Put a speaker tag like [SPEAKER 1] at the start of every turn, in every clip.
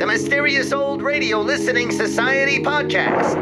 [SPEAKER 1] The Mysterious Old Radio Listening Society podcast.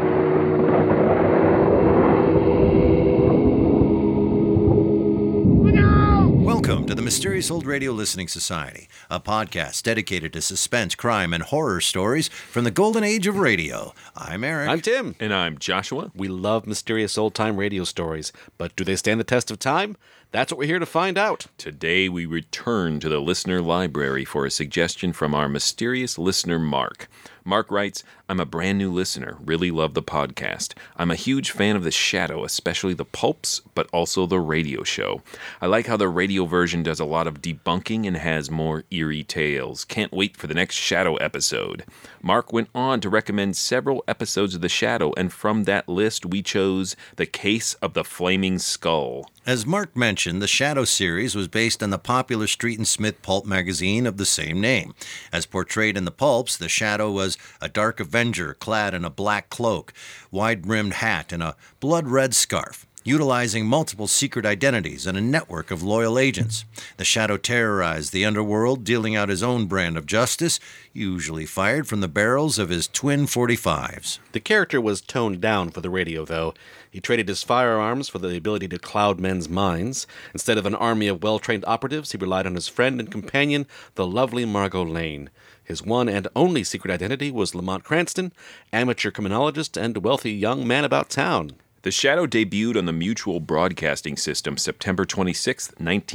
[SPEAKER 2] Welcome to the Mysterious Old Radio Listening Society, a podcast dedicated to suspense, crime, and horror stories from the golden age of radio. I'm Eric.
[SPEAKER 3] I'm Tim.
[SPEAKER 4] And I'm Joshua.
[SPEAKER 3] We love mysterious old time radio stories, but do they stand the test of time? That's what we're here to find out.
[SPEAKER 4] Today we return to the listener library for a suggestion from our mysterious listener, Mark. Mark writes, I'm a brand new listener, really love the podcast. I'm a huge fan of The Shadow, especially the pulps, but also the radio show. I like how the radio version does a lot of debunking and has more eerie tales. Can't wait for the next Shadow episode. Mark went on to recommend several episodes of The Shadow, and from that list we chose The Case of the Flaming Skull.
[SPEAKER 2] As Mark mentioned, the Shadow series was based on the popular Street and Smith pulp magazine of the same name. As portrayed in the pulps, the Shadow was a dark avenger clad in a black cloak, wide brimmed hat, and a blood red scarf. Utilizing multiple secret identities and a network of loyal agents, the Shadow terrorized the underworld, dealing out his own brand of justice, usually fired from the barrels of his twin 45s.
[SPEAKER 3] The character was toned down for the radio, though. He traded his firearms for the ability to cloud men's minds. Instead of an army of well trained operatives, he relied on his friend and companion, the lovely Margot Lane. His one and only secret identity was Lamont Cranston, amateur criminologist and wealthy young man about town.
[SPEAKER 4] The Shadow debuted on the Mutual Broadcasting System September 26,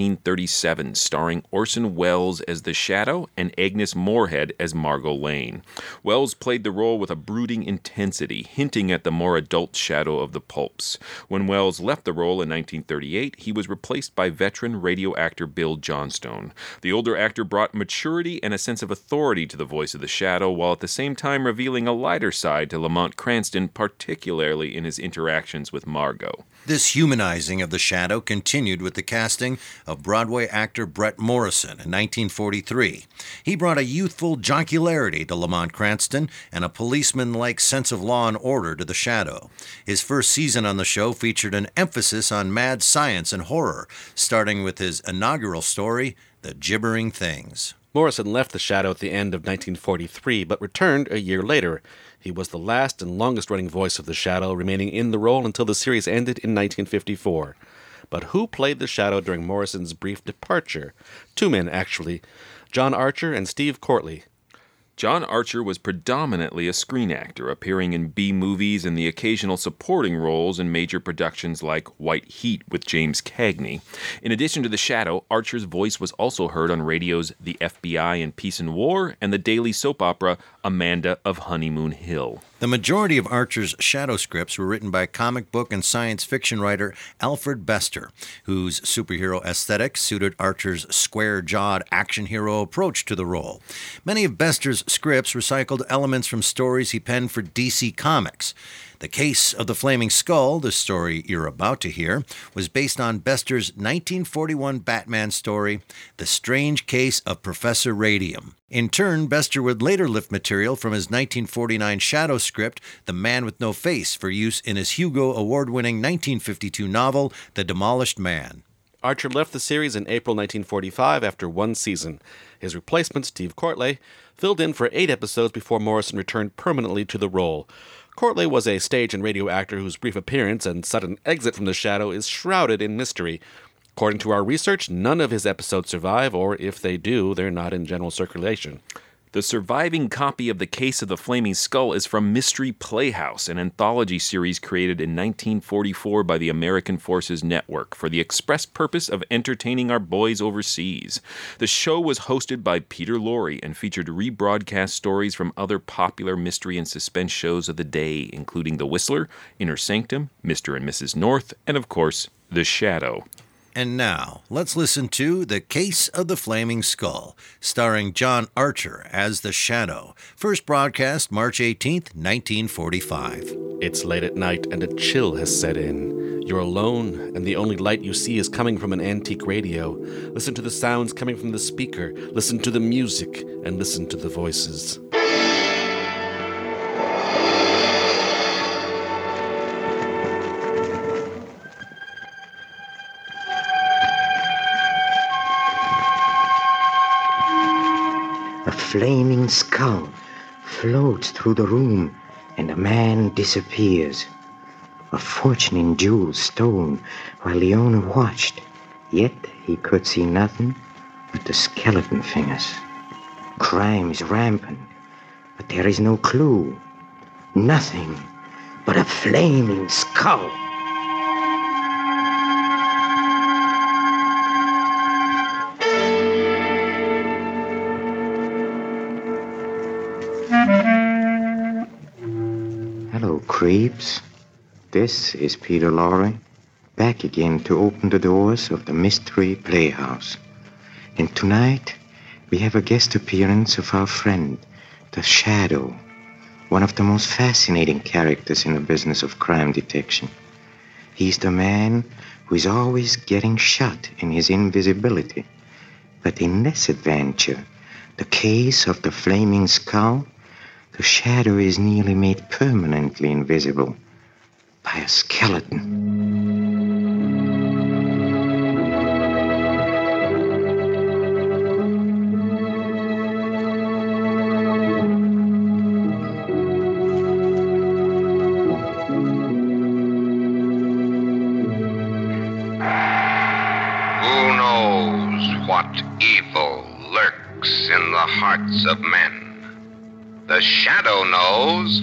[SPEAKER 4] 1937, starring Orson Welles as The Shadow and Agnes Moorehead as Margot Lane. Welles played the role with a brooding intensity, hinting at the more adult Shadow of the Pulps. When Welles left the role in 1938, he was replaced by veteran radio actor Bill Johnstone. The older actor brought maturity and a sense of authority to the voice of The Shadow, while at the same time revealing a lighter side to Lamont Cranston, particularly in his interactions with Margot.
[SPEAKER 2] This humanizing of the shadow continued with the casting of Broadway actor Brett Morrison in 1943. He brought a youthful jocularity to Lamont Cranston and a policeman like sense of law and order to the shadow. His first season on the show featured an emphasis on mad science and horror, starting with his inaugural story, The Gibbering Things.
[SPEAKER 3] Morrison left The Shadow at the end of 1943, but returned a year later. He was the last and longest running voice of The Shadow, remaining in the role until the series ended in 1954. But who played The Shadow during Morrison's brief departure? Two men, actually John Archer and Steve Courtley.
[SPEAKER 4] John Archer was predominantly a screen actor, appearing in B movies and the occasional supporting roles in major productions like White Heat with James Cagney. In addition to The Shadow, Archer's voice was also heard on radio's The FBI and Peace and War and the daily soap opera Amanda of Honeymoon Hill.
[SPEAKER 2] The majority of Archer's shadow scripts were written by comic book and science fiction writer Alfred Bester, whose superhero aesthetic suited Archer's square jawed action hero approach to the role. Many of Bester's scripts recycled elements from stories he penned for DC Comics. The Case of the Flaming Skull, the story you're about to hear, was based on Bester's 1941 Batman story, The Strange Case of Professor Radium. In turn, Bester would later lift material from his 1949 shadow script, The Man with No Face, for use in his Hugo award winning 1952 novel, The Demolished Man.
[SPEAKER 3] Archer left the series in April 1945 after one season. His replacement, Steve Courtley, filled in for eight episodes before Morrison returned permanently to the role. Courtley was a stage and radio actor whose brief appearance and sudden exit from the shadow is shrouded in mystery. According to our research, none of his episodes survive, or if they do, they're not in general circulation.
[SPEAKER 4] The surviving copy of The Case of the Flaming Skull is from Mystery Playhouse, an anthology series created in 1944 by the American Forces Network for the express purpose of entertaining our boys overseas. The show was hosted by Peter Lorre and featured rebroadcast stories from other popular mystery and suspense shows of the day, including The Whistler, Inner Sanctum, Mr. and Mrs. North, and of course, The Shadow.
[SPEAKER 2] And now, let's listen to The Case of the Flaming Skull, starring John Archer as The Shadow, first broadcast March 18th, 1945.
[SPEAKER 3] It's late at night and a chill has set in. You're alone, and the only light you see is coming from an antique radio. Listen to the sounds coming from the speaker, listen to the music, and listened to the voices.
[SPEAKER 5] A flaming skull floats through the room, and a man disappears. A fortune in jewels stolen while Leona watched, yet he could see nothing but the skeleton fingers. Crime is rampant, but there is no clue. Nothing but a flaming skull. Hello, creeps. This is Peter Lorre, back again to open the doors of the Mystery Playhouse. And tonight, we have a guest appearance of our friend, the Shadow, one of the most fascinating characters in the business of crime detection. He's the man who is always getting shot in his invisibility. But in this adventure, the case of the Flaming Skull, the shadow is nearly made permanently invisible by a skeleton.
[SPEAKER 6] Who knows what evil lurks in the hearts of men? The shadow knows.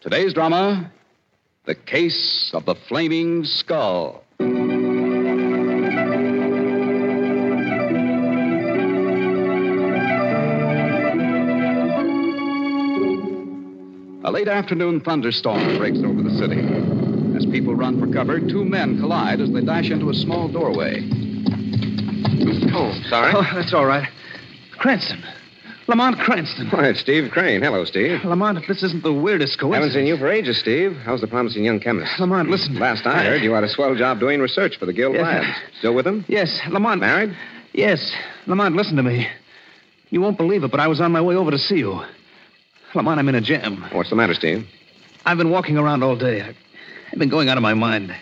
[SPEAKER 7] Today's drama The Case of the Flaming Skull. A late afternoon thunderstorm breaks over the city. As people run for cover, two men collide as they dash into a small doorway.
[SPEAKER 6] Oh, sorry.
[SPEAKER 8] Oh, that's all right. Cranston. Lamont Cranston.
[SPEAKER 6] Why, Steve Crane. Hello, Steve.
[SPEAKER 8] Lamont, if this isn't the weirdest
[SPEAKER 6] Haven't
[SPEAKER 8] coincidence.
[SPEAKER 6] seen you for ages, Steve. How's the promising young chemist?
[SPEAKER 8] Lamont, listen.
[SPEAKER 6] Last I heard, you had a swell job doing research for the Guild
[SPEAKER 8] Yes.
[SPEAKER 6] Labs. Still with them?
[SPEAKER 8] Yes, Lamont.
[SPEAKER 6] Married?
[SPEAKER 8] Yes. Lamont, listen to me. You won't believe it, but I was on my way over to see you. Lamont, I'm in a jam.
[SPEAKER 6] What's the matter, Steve?
[SPEAKER 8] I've been walking around all day. I- I've been going out of my mind.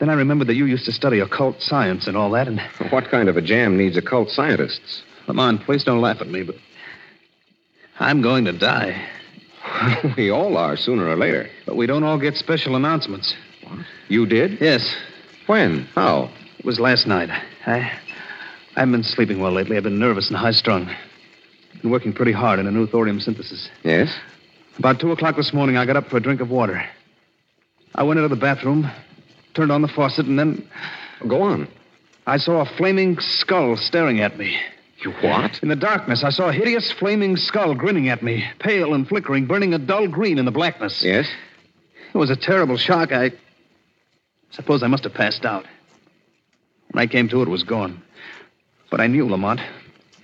[SPEAKER 8] Then I remembered that you used to study occult science and all that, and
[SPEAKER 6] What kind of a jam needs occult scientists?
[SPEAKER 8] Lamont, please don't laugh at me, but I'm going to die.
[SPEAKER 6] we all are, sooner or later.
[SPEAKER 8] But we don't all get special announcements.
[SPEAKER 6] You did?
[SPEAKER 8] Yes,
[SPEAKER 6] When? How?
[SPEAKER 8] It was last night. I, I haven't been sleeping well lately. I've been nervous and high strung. Been working pretty hard on a new thorium synthesis.
[SPEAKER 6] Yes?
[SPEAKER 8] About two o'clock this morning, I got up for a drink of water. I went into the bathroom, turned on the faucet, and then
[SPEAKER 6] Go on.
[SPEAKER 8] I saw a flaming skull staring at me.
[SPEAKER 6] You what?
[SPEAKER 8] In the darkness, I saw a hideous flaming skull grinning at me, pale and flickering, burning a dull green in the blackness.
[SPEAKER 6] Yes?
[SPEAKER 8] It was a terrible shock. I suppose I must have passed out. When I came to, it was gone. But I knew, Lamont.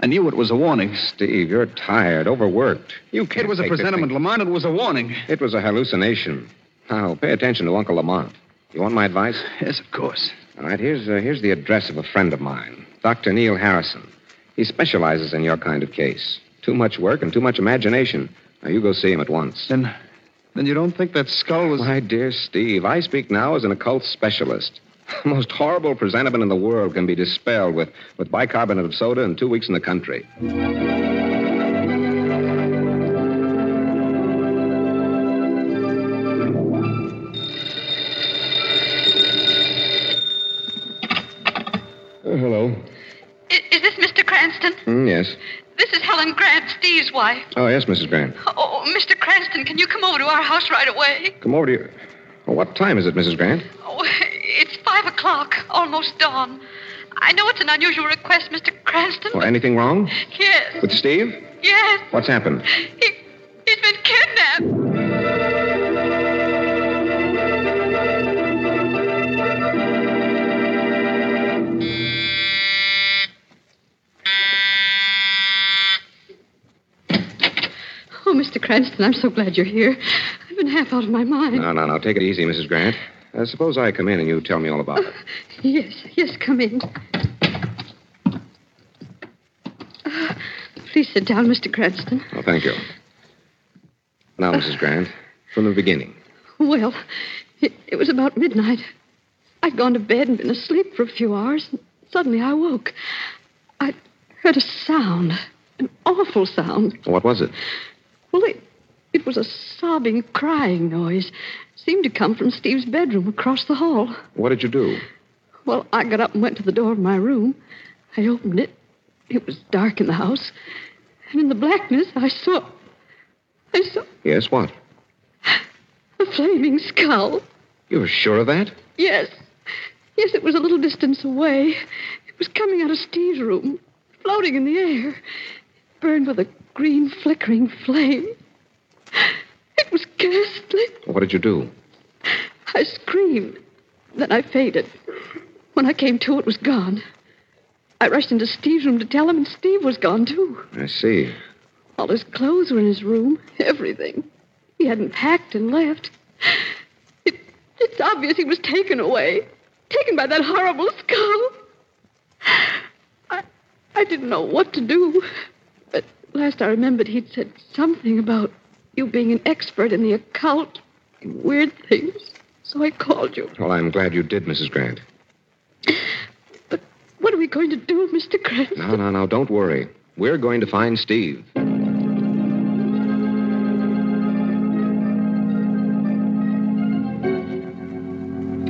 [SPEAKER 8] I knew it was a warning.
[SPEAKER 6] Steve, you're tired, overworked. You can't
[SPEAKER 8] It was a
[SPEAKER 6] take this thing.
[SPEAKER 8] presentiment, Lamont. It was a warning.
[SPEAKER 6] It was a hallucination. Now, pay attention to Uncle Lamont. You want my advice?
[SPEAKER 8] Yes, of course.
[SPEAKER 6] All right, here's, uh, here's the address of a friend of mine, Dr. Neil Harrison. He specializes in your kind of case. Too much work and too much imagination. Now, you go see him at once.
[SPEAKER 8] Then, then you don't think that skull was?
[SPEAKER 6] My dear Steve, I speak now as an occult specialist. The most horrible presentiment in the world can be dispelled with, with bicarbonate of soda and two weeks in the country. Uh, Uh, hello.
[SPEAKER 9] I- Is, this Mr. Cranston?
[SPEAKER 6] Mm, yes.
[SPEAKER 9] This is Helen Grant, Steve's wife.
[SPEAKER 6] Oh, yes, Mrs. Grant.
[SPEAKER 9] Oh, Mr. Cranston, can you come over to our house right away?
[SPEAKER 6] Come over to you. Well, what time is it, Mrs. Grant?
[SPEAKER 9] Oh, it's five o'clock, almost dawn. I know it's an unusual request, Mr. Cranston.
[SPEAKER 6] Well, anything wrong?
[SPEAKER 9] Yes,
[SPEAKER 6] With Steve?
[SPEAKER 9] yes.
[SPEAKER 6] What's happened?
[SPEAKER 9] He, he's been kidnapped. Oh, Mr. Cranston, I'm so glad you're here. I've been half out of my mind.
[SPEAKER 6] No, no, no. Take it easy, Mrs. Grant. Uh, suppose I come in and you tell me all about it.
[SPEAKER 9] Yes, yes, come in. Uh, please sit down, Mr. Cranston.
[SPEAKER 6] Well, thank you. Now, Mrs. Grant, from the beginning.
[SPEAKER 9] Well, it, it was about midnight. I'd gone to bed and been asleep for a few hours, and suddenly I woke. I heard a sound, an awful sound.
[SPEAKER 6] What was it?
[SPEAKER 9] Well, it, it was a sobbing, crying noise. seemed to come from Steve's bedroom across the hall.
[SPEAKER 6] What did you do?
[SPEAKER 9] Well, I got up and went to the door of my room. I opened it. It was dark in the house. And in the blackness, I saw. I saw
[SPEAKER 6] Yes, what?
[SPEAKER 9] a flaming skull.
[SPEAKER 6] You're sure of that?
[SPEAKER 9] Yes. Yes, it was a little distance away. It was coming out of Steve's room, floating in the air, burned with a green flickering flame. It was ghastly.
[SPEAKER 6] What did you do?
[SPEAKER 9] I screamed. Then I fainted. When I came to, it was gone. I rushed into Steve's room to tell him, and Steve was gone, too.
[SPEAKER 6] I see.
[SPEAKER 9] All his clothes were in his room, everything. He hadn't packed and left. It, it's obvious he was taken away, taken by that horrible skull. I, I didn't know what to do. But last I remembered, he'd said something about you being an expert in the occult and weird things. So I called you.
[SPEAKER 6] Well, I'm glad you did, Mrs. Grant.
[SPEAKER 9] But what are we going to do, Mr. Cranston?
[SPEAKER 6] No, no, no. Don't worry. We're going to find Steve.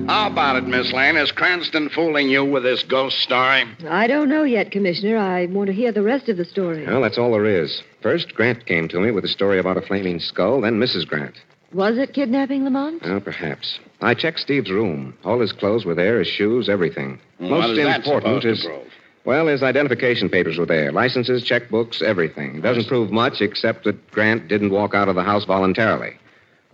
[SPEAKER 10] How about it, Miss Lane? Is Cranston fooling you with this ghost story?
[SPEAKER 11] I don't know yet, Commissioner. I want to hear the rest of the story.
[SPEAKER 6] Well, that's all there is. First, Grant came to me with a story about a flaming skull, then Mrs. Grant.
[SPEAKER 11] Was it kidnapping, Lamont?
[SPEAKER 6] Well, perhaps. I checked Steve's room. All his clothes were there, his shoes, everything.
[SPEAKER 10] what is
[SPEAKER 6] Most
[SPEAKER 10] that supposed
[SPEAKER 6] important
[SPEAKER 10] to
[SPEAKER 6] is.
[SPEAKER 10] prove?
[SPEAKER 6] Well, his identification papers were there licenses, checkbooks, everything. Doesn't prove much except that Grant didn't walk out of the house voluntarily.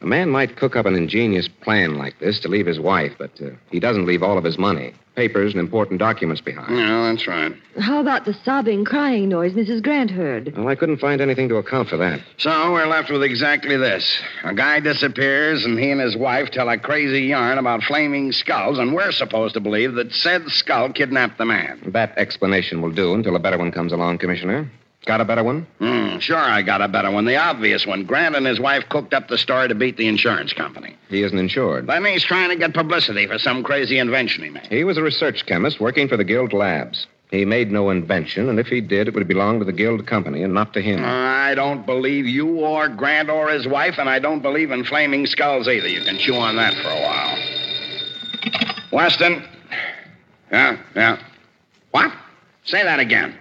[SPEAKER 6] A man might cook up an ingenious plan like this to leave his wife, but uh, he doesn't leave all of his money, papers, and important documents behind.
[SPEAKER 10] Yeah, that's right.
[SPEAKER 11] How about the sobbing, crying noise Mrs. Grant heard?
[SPEAKER 6] Well, I couldn't find anything to account for that.
[SPEAKER 10] So we're left with exactly this. A guy disappears, and he and his wife tell a crazy yarn about flaming skulls, and we're supposed to believe that said skull kidnapped the man.
[SPEAKER 6] That explanation will do until a better one comes along, Commissioner. Got a better one?
[SPEAKER 10] Hmm, sure, I got a better one. The obvious one. Grant and his wife cooked up the story to beat the insurance company.
[SPEAKER 6] He isn't insured.
[SPEAKER 10] Then he's trying to get publicity for some crazy invention he made.
[SPEAKER 6] He was a research chemist working for the Guild Labs. He made no invention, and if he did, it would belong to the Guild Company and not to him.
[SPEAKER 10] I don't believe you or Grant or his wife, and I don't believe in flaming skulls either. You can chew on that for a while. Weston. Yeah, yeah. What? Say that again.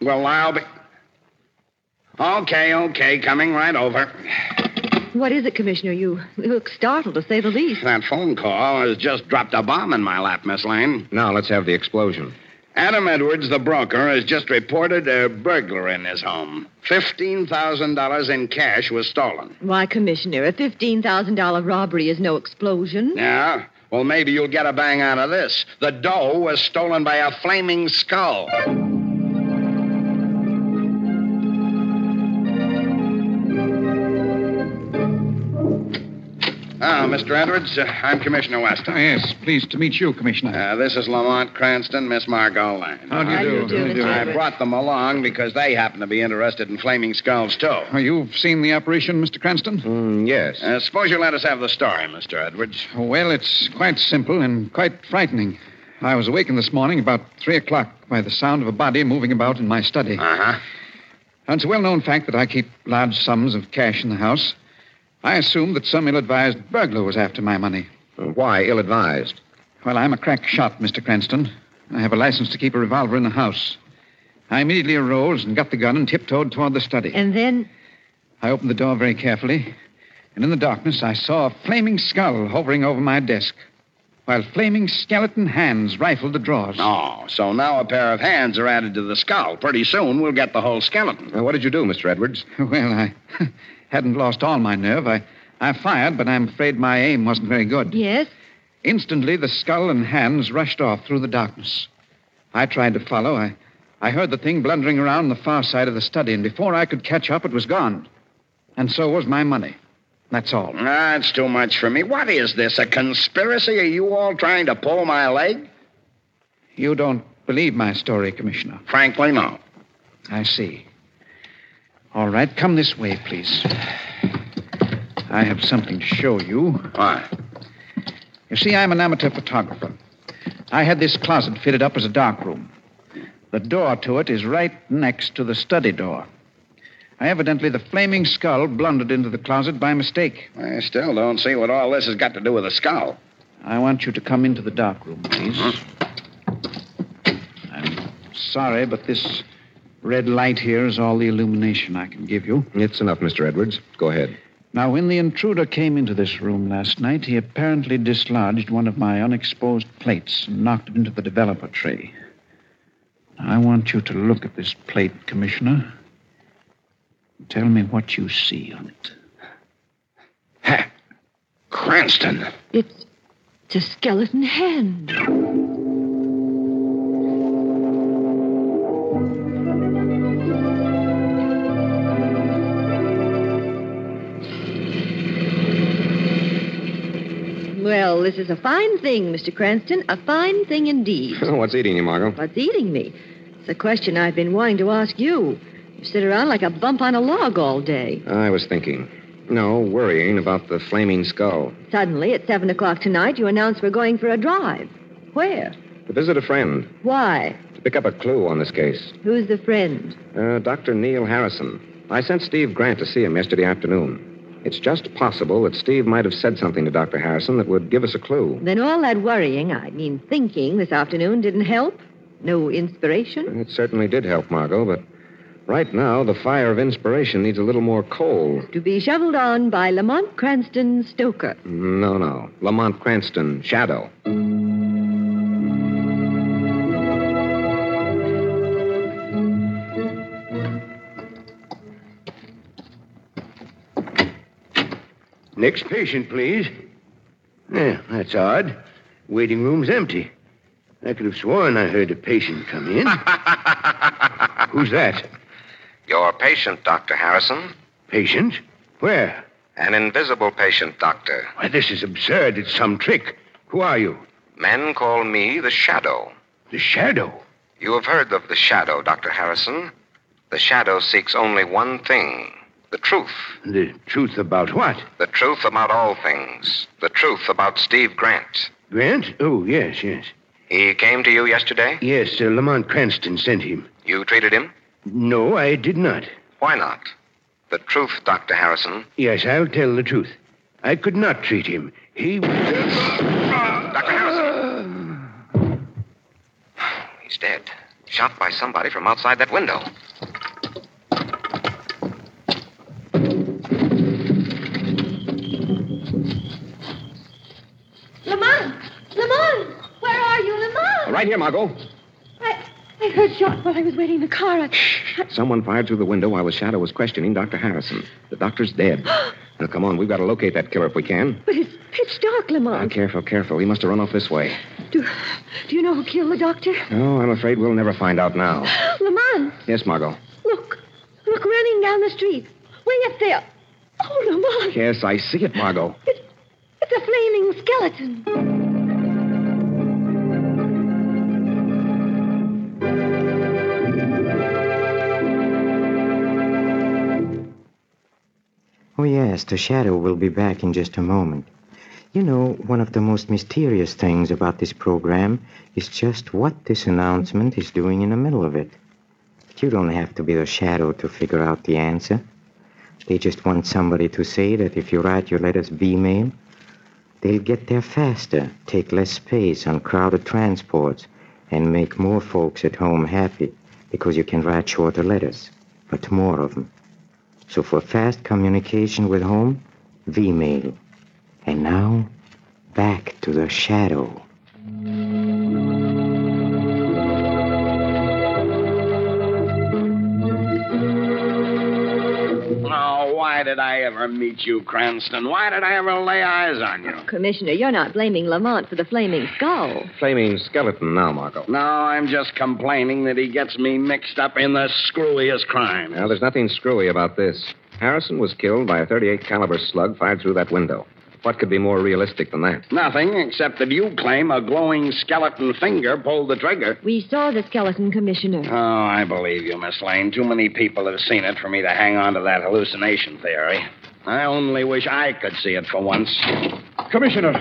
[SPEAKER 10] Well, I'll be. Okay, okay, coming right over.
[SPEAKER 11] What is it, Commissioner? You look startled, to say the least.
[SPEAKER 10] That phone call has just dropped a bomb in my lap, Miss Lane.
[SPEAKER 6] Now let's have the explosion.
[SPEAKER 10] Adam Edwards, the broker, has just reported a burglar in his home. $15,000 in cash was stolen.
[SPEAKER 11] Why, Commissioner, a $15,000 robbery is no
[SPEAKER 12] Hmm?
[SPEAKER 11] explosion.
[SPEAKER 10] Yeah? Well, maybe you'll get a bang out of this. The dough was stolen by a flaming skull. Ah, Mr. Edwards, uh, I'm Commissioner Weston.
[SPEAKER 12] Ah, Yes, pleased to meet you, Commissioner.
[SPEAKER 10] Uh, this is Lamont Cranston, Miss Margot Lane.
[SPEAKER 12] How do you
[SPEAKER 11] How do
[SPEAKER 12] do?
[SPEAKER 11] you do,
[SPEAKER 12] How do you
[SPEAKER 11] Mr.
[SPEAKER 10] I
[SPEAKER 11] Edwards?
[SPEAKER 10] brought them along because they happen to be interested in flaming skulls, too.
[SPEAKER 12] Oh, You've seen the operation, Mr. Cranston?
[SPEAKER 6] Mm, yes.
[SPEAKER 10] Uh, suppose you let us have the story, Mr. Edwards.
[SPEAKER 12] Well, it's quite simple and quite frightening. I was awakened this morning about 3 o'clock by the sound of a body moving about in my study.
[SPEAKER 10] Uh
[SPEAKER 6] Uh-huh.
[SPEAKER 10] huh.
[SPEAKER 12] Now, it's a well known fact that I keep large sums of cash in the house. I assumed that some ill advised burglar was after my money.
[SPEAKER 6] Why ill advised?
[SPEAKER 12] Well, I'm a crack shot, Mr. Cranston. I have a license to keep a revolver in the house. I immediately arose and got the gun and tiptoed toward the study.
[SPEAKER 11] And then,
[SPEAKER 12] I opened the door very carefully, and in the darkness I saw a flaming skull hovering over my desk. while flaming skeleton hands rifled the drawers.
[SPEAKER 10] Oh, so now a pair of hands are added to the skull. Pretty soon we'll get the whole skeleton.
[SPEAKER 6] what did you do, Mr. Edwards?
[SPEAKER 12] Well, I hadn't lost all my nerve. I, I fired, but I'm afraid my aim wasn't very good.
[SPEAKER 11] Yes?
[SPEAKER 12] Instantly, the skull and hands rushed off through the darkness. I tried to follow. I, I heard the thing blundering around the far side of the study, and before I could catch up, it was gone. And so was my money. That's all.
[SPEAKER 10] That's too much for me. What is this, a conspiracy? Are you all trying to pull my leg?
[SPEAKER 12] You don't believe my story, Commissioner.
[SPEAKER 10] Frankly, no.
[SPEAKER 12] I see. All right, come this way, please. I have something to show you.
[SPEAKER 10] Why?
[SPEAKER 12] You see, I'm an amateur photographer. I had this closet fitted up as a darkroom. The door to it is right next to the study door. Evidently, the flaming skull blundered into the closet by mistake.
[SPEAKER 10] I still don't see what all this has got to do with the skull.
[SPEAKER 12] I want you to come into the darkroom, please. I'm sorry, but this red light here is all the illumination I can give you.
[SPEAKER 6] It's enough, Mr. Edwards. Go ahead.
[SPEAKER 12] Now, when the intruder came into this room last night, he apparently dislodged one of my unexposed plates and knocked it into the developer tray. I want you to look at this plate, Commissioner. Tell me what you see on it.
[SPEAKER 10] Cranston.
[SPEAKER 11] It's, it's a skeleton hand. Well, this is a fine thing, Mr. Cranston. A fine thing indeed.
[SPEAKER 6] What's eating you, Margot?
[SPEAKER 11] What's eating me? It's a question I've been wanting to ask you. You sit around like a bump on a log all day.
[SPEAKER 6] I was thinking. No, worrying about the flaming skull.
[SPEAKER 11] Suddenly, at 7 o'clock tonight, you announce we're going for a drive. Where?
[SPEAKER 6] To visit a friend,
[SPEAKER 11] Why?
[SPEAKER 6] to pick up a clue on this case.
[SPEAKER 11] Who's the friend?
[SPEAKER 6] Uh, Dr. Neil Harrison. I sent Steve Grant to see him yesterday afternoon. It's just possible that Steve might have said something to Dr. Harrison that would give us a clue.
[SPEAKER 11] Then all that worrying, I mean thinking, this afternoon didn't help? No inspiration?
[SPEAKER 6] It certainly did help, Margot, but right now the fire of inspiration needs a little more coal.
[SPEAKER 11] To be shoveled on by Lamont Cranston Stoker.
[SPEAKER 6] No, no. Lamont Cranston, Shadow.
[SPEAKER 13] Next patient, please. Yeah, that's odd. Waiting room's empty. I could have sworn I heard a patient come in. Who's that?
[SPEAKER 6] Your patient, Dr. Harrison.
[SPEAKER 13] Patient? Where?
[SPEAKER 6] An invisible patient, Doctor.
[SPEAKER 13] Why, this is absurd. It's some trick. Who are you?
[SPEAKER 6] Men call me the Shadow.
[SPEAKER 13] The shadow.
[SPEAKER 6] You have heard of the Shadow, Dr. Harrison. The Shadow seeks only one thing the truth.
[SPEAKER 13] The truth about what?
[SPEAKER 6] The truth about all things. The truth about Steve Grant.
[SPEAKER 13] Grant? Oh, yes, yes.
[SPEAKER 6] He came to you yesterday.
[SPEAKER 13] Yes, uh, Lamont Cranston sent him.
[SPEAKER 6] You treated him?
[SPEAKER 13] No, I did not.
[SPEAKER 6] Why not? The truth, Dr. Harrison.
[SPEAKER 13] Yes, I'll tell the truth. I could not treat him. He.
[SPEAKER 6] Dr. Harrison! He's dead. Shot by somebody from outside that window.
[SPEAKER 9] Lamont! Lamont! Where are you, Lamont?
[SPEAKER 6] Uh, Right here, Margot.
[SPEAKER 9] I, I heard shot while I was waiting in the car. I,
[SPEAKER 6] Someone fired through the window while the shadow was questioning Dr. Harrison. The doctor's dead. now, come on, we've got to locate that killer if we can.
[SPEAKER 11] But it's pitch dark,
[SPEAKER 6] Now,
[SPEAKER 11] Lamont.
[SPEAKER 6] careful, careful. He must have run off this way.
[SPEAKER 11] Do, do you know who killed the doctor?
[SPEAKER 6] No, I'm afraid we'll never find out now.
[SPEAKER 11] Lamont,
[SPEAKER 6] Yes, Margot.
[SPEAKER 11] look. Look, running down the street. Way up there. Oh, Lamont,
[SPEAKER 6] Yes, I see it, Margot.
[SPEAKER 11] it's a flaming skeleton.
[SPEAKER 5] Oh, yes, the shadow will be back in just a moment. You know, one of the most mysterious things about this program is just what this announcement is doing in the middle of it. But you don't have to be the shadow to figure out the answer. They just want somebody to say that if you write your letters B mail, they'll get there faster, take less space on crowded transports, and make more folks at home happy because you can write shorter letters, but more of them. So for fast communication with home, V-mail. And now, back to the shadow.
[SPEAKER 10] Now, why did I ever meet you, Cranston? Why did I ever lay eyes on you?
[SPEAKER 11] Commissioner, you're not blaming Lamont for the flaming skull.
[SPEAKER 6] Flaming skeleton now, Marco.
[SPEAKER 10] No, I'm just complaining that he gets me mixed up in the screwiest crime.
[SPEAKER 6] Now, there's nothing screwy about this. Harrison was killed by a 38 caliber slug fired through that window. What could be more realistic than that?
[SPEAKER 10] Nothing except that you claim a glowing skeleton finger pulled the trigger.
[SPEAKER 11] We saw the skeleton, Commissioner.
[SPEAKER 10] Oh, I believe you, Miss Lane. Too many people have seen it for me to hang on to that hallucination theory. I only wish I could see it for once.
[SPEAKER 14] Commissioner.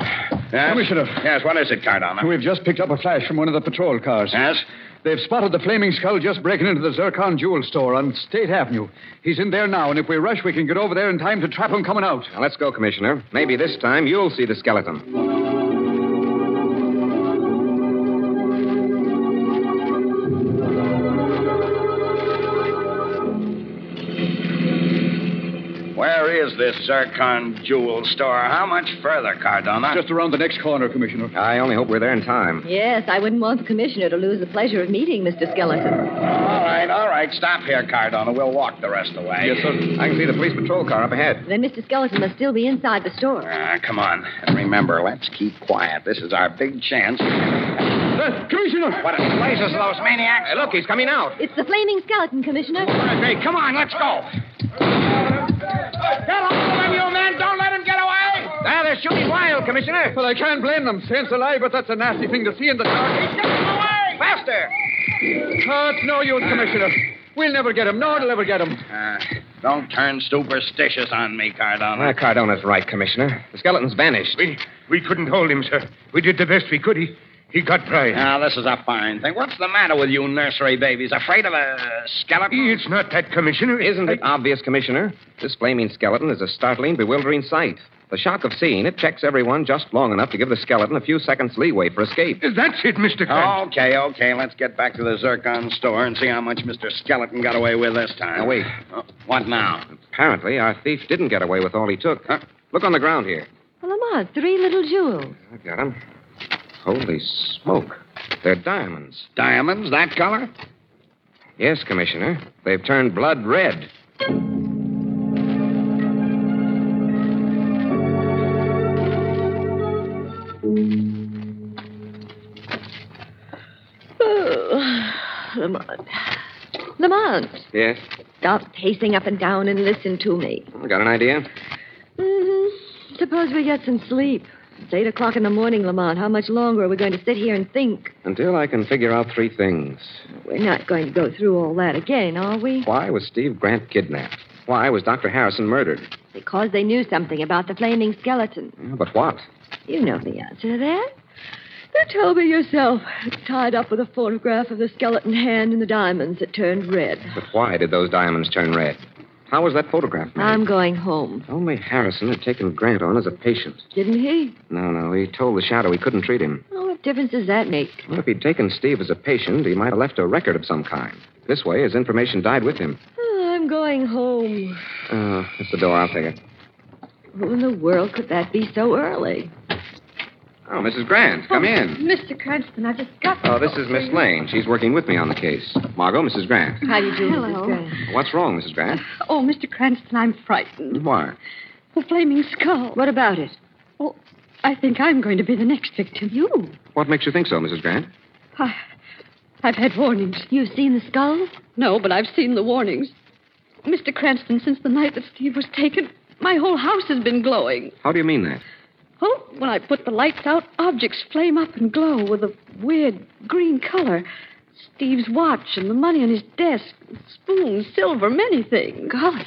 [SPEAKER 10] Commissioner. Yes, what is it, Cardona?
[SPEAKER 14] We've just picked up a flash from one of the patrol cars.
[SPEAKER 10] Yes?
[SPEAKER 14] They've spotted the flaming skull just breaking into the Zircon Jewel store on State Avenue. He's in there now, and if we rush, we can get over there in time to trap him coming out.
[SPEAKER 6] Now, let's go, Commissioner. Maybe this time you'll see the skeleton.
[SPEAKER 10] Where is this Zircon Jewel store? How much further, Cardona?
[SPEAKER 14] Just around the next corner, Commissioner.
[SPEAKER 6] I only hope we're there in time.
[SPEAKER 11] Yes, I wouldn't want the Commissioner to lose the pleasure of meeting Mr. Skeleton.
[SPEAKER 10] All right, all right. Stop here, Cardona. We'll walk the rest of the way.
[SPEAKER 6] Yes, sir. I can see the police patrol car up ahead.
[SPEAKER 11] Then Mr. Skeleton must still be inside the store.
[SPEAKER 10] Ah, come on. And remember, let's keep quiet. This is our big chance.
[SPEAKER 14] Commissioner!
[SPEAKER 10] What in places those maniacs?
[SPEAKER 6] look, he's coming out.
[SPEAKER 11] It's the flaming skeleton, Commissioner.
[SPEAKER 10] Hey, come on, let's go. Get off him, you men! Don't let him get away!
[SPEAKER 6] Ah, they're shooting wild, Commissioner.
[SPEAKER 14] Well, I can't blame them. Saints alive, but that's a nasty thing to see in the dark.
[SPEAKER 10] away! Faster!
[SPEAKER 14] Oh, it's no use, Commissioner. We'll never get him. No one will ever get him.
[SPEAKER 10] Uh, don't turn superstitious on me, Cardona.
[SPEAKER 6] Ah, Cardona's right, Commissioner. The skeleton's vanished.
[SPEAKER 15] We, we couldn't hold him, sir. We did the best we could. He, he got dry.
[SPEAKER 6] Uh,
[SPEAKER 10] Now, Ah, this is a fine thing. What's the matter with you nursery babies? Afraid of a skeleton?
[SPEAKER 15] It's not that, Commissioner.
[SPEAKER 6] Isn't it obvious, Commissioner? This flaming skeleton is a startling, bewildering sight. The shock of seeing it checks everyone just long enough to give the skeleton a few seconds leeway for escape.
[SPEAKER 15] That's it, Mr. Cranston.
[SPEAKER 10] Okay, okay. Let's get back to the Zircon store and see how much Mr. Skeleton got away with this time.
[SPEAKER 6] Now, wait.
[SPEAKER 10] Oh, what now?
[SPEAKER 6] Apparently, our thief didn't get away with all he took. Look on the ground here.
[SPEAKER 11] Well, Lamont, three little jewels.
[SPEAKER 6] I got him. Holy smoke. They're diamonds.
[SPEAKER 10] Diamonds, that color?
[SPEAKER 6] Yes, Commissioner. They've turned blood red.
[SPEAKER 11] Oh, Lamont. Lamont,
[SPEAKER 6] Yes?
[SPEAKER 11] stop pacing up and down and listen to me.
[SPEAKER 6] Got an idea?
[SPEAKER 11] Mm-hmm. Suppose we get some sleep. It's eight o'clock in the morning, Lamont. How much longer are we going to sit here and think?
[SPEAKER 6] Until I can figure out three things.
[SPEAKER 11] We're not going to go through all that again, are we?
[SPEAKER 6] Why was Steve Grant kidnapped? Why was Dr. Harrison murdered?
[SPEAKER 11] Because they knew something about the flaming skeleton.
[SPEAKER 6] Yeah, But what?
[SPEAKER 11] You know the answer to that. You told me yourself. It's tied up with a photograph of the skeleton hand and the diamonds that turned red.
[SPEAKER 6] But why did those diamonds turn red? How was that photograph made?
[SPEAKER 11] I'm going home.
[SPEAKER 6] If Only Harrison had taken Grant on as a patient.
[SPEAKER 11] Didn't he?
[SPEAKER 6] No, no, he told the shadow he couldn't treat him.
[SPEAKER 11] Oh, what difference does that make?
[SPEAKER 6] Well, if he'd taken Steve as a patient, he might have left a record of some kind. This way, his information died with him.
[SPEAKER 11] Oh, I'm going home.
[SPEAKER 6] Uh, that's the door. I'll take it.
[SPEAKER 11] Who in the world could that be so early?
[SPEAKER 6] Oh, Mrs. Grant, come in.
[SPEAKER 9] Mr. Cranston, I just got.
[SPEAKER 6] Oh, this is Miss Lane. She's working with me on the case. Margot, Mrs. Grant.
[SPEAKER 9] How do you do,
[SPEAKER 11] Mrs.
[SPEAKER 6] What's wrong, Mrs. Grant?
[SPEAKER 9] Oh, Mr. Cranston, I'm frightened.
[SPEAKER 6] Why?
[SPEAKER 9] The flaming skull.
[SPEAKER 11] What about it?
[SPEAKER 9] Oh, I think I'm going to be the next victim.
[SPEAKER 11] You?
[SPEAKER 6] What makes you think so, Mrs. Grant?
[SPEAKER 9] I, I've had warnings.
[SPEAKER 11] You've seen the skull?
[SPEAKER 9] No, but I've seen the warnings. Mr. Cranston, since the night that Steve was taken, my whole house has been glowing.
[SPEAKER 6] How do you mean that?
[SPEAKER 9] Oh, when I put the lights out, objects flame up and glow with a weird green color. Steve's watch and the money on his desk, spoons, silver, many things. Golly.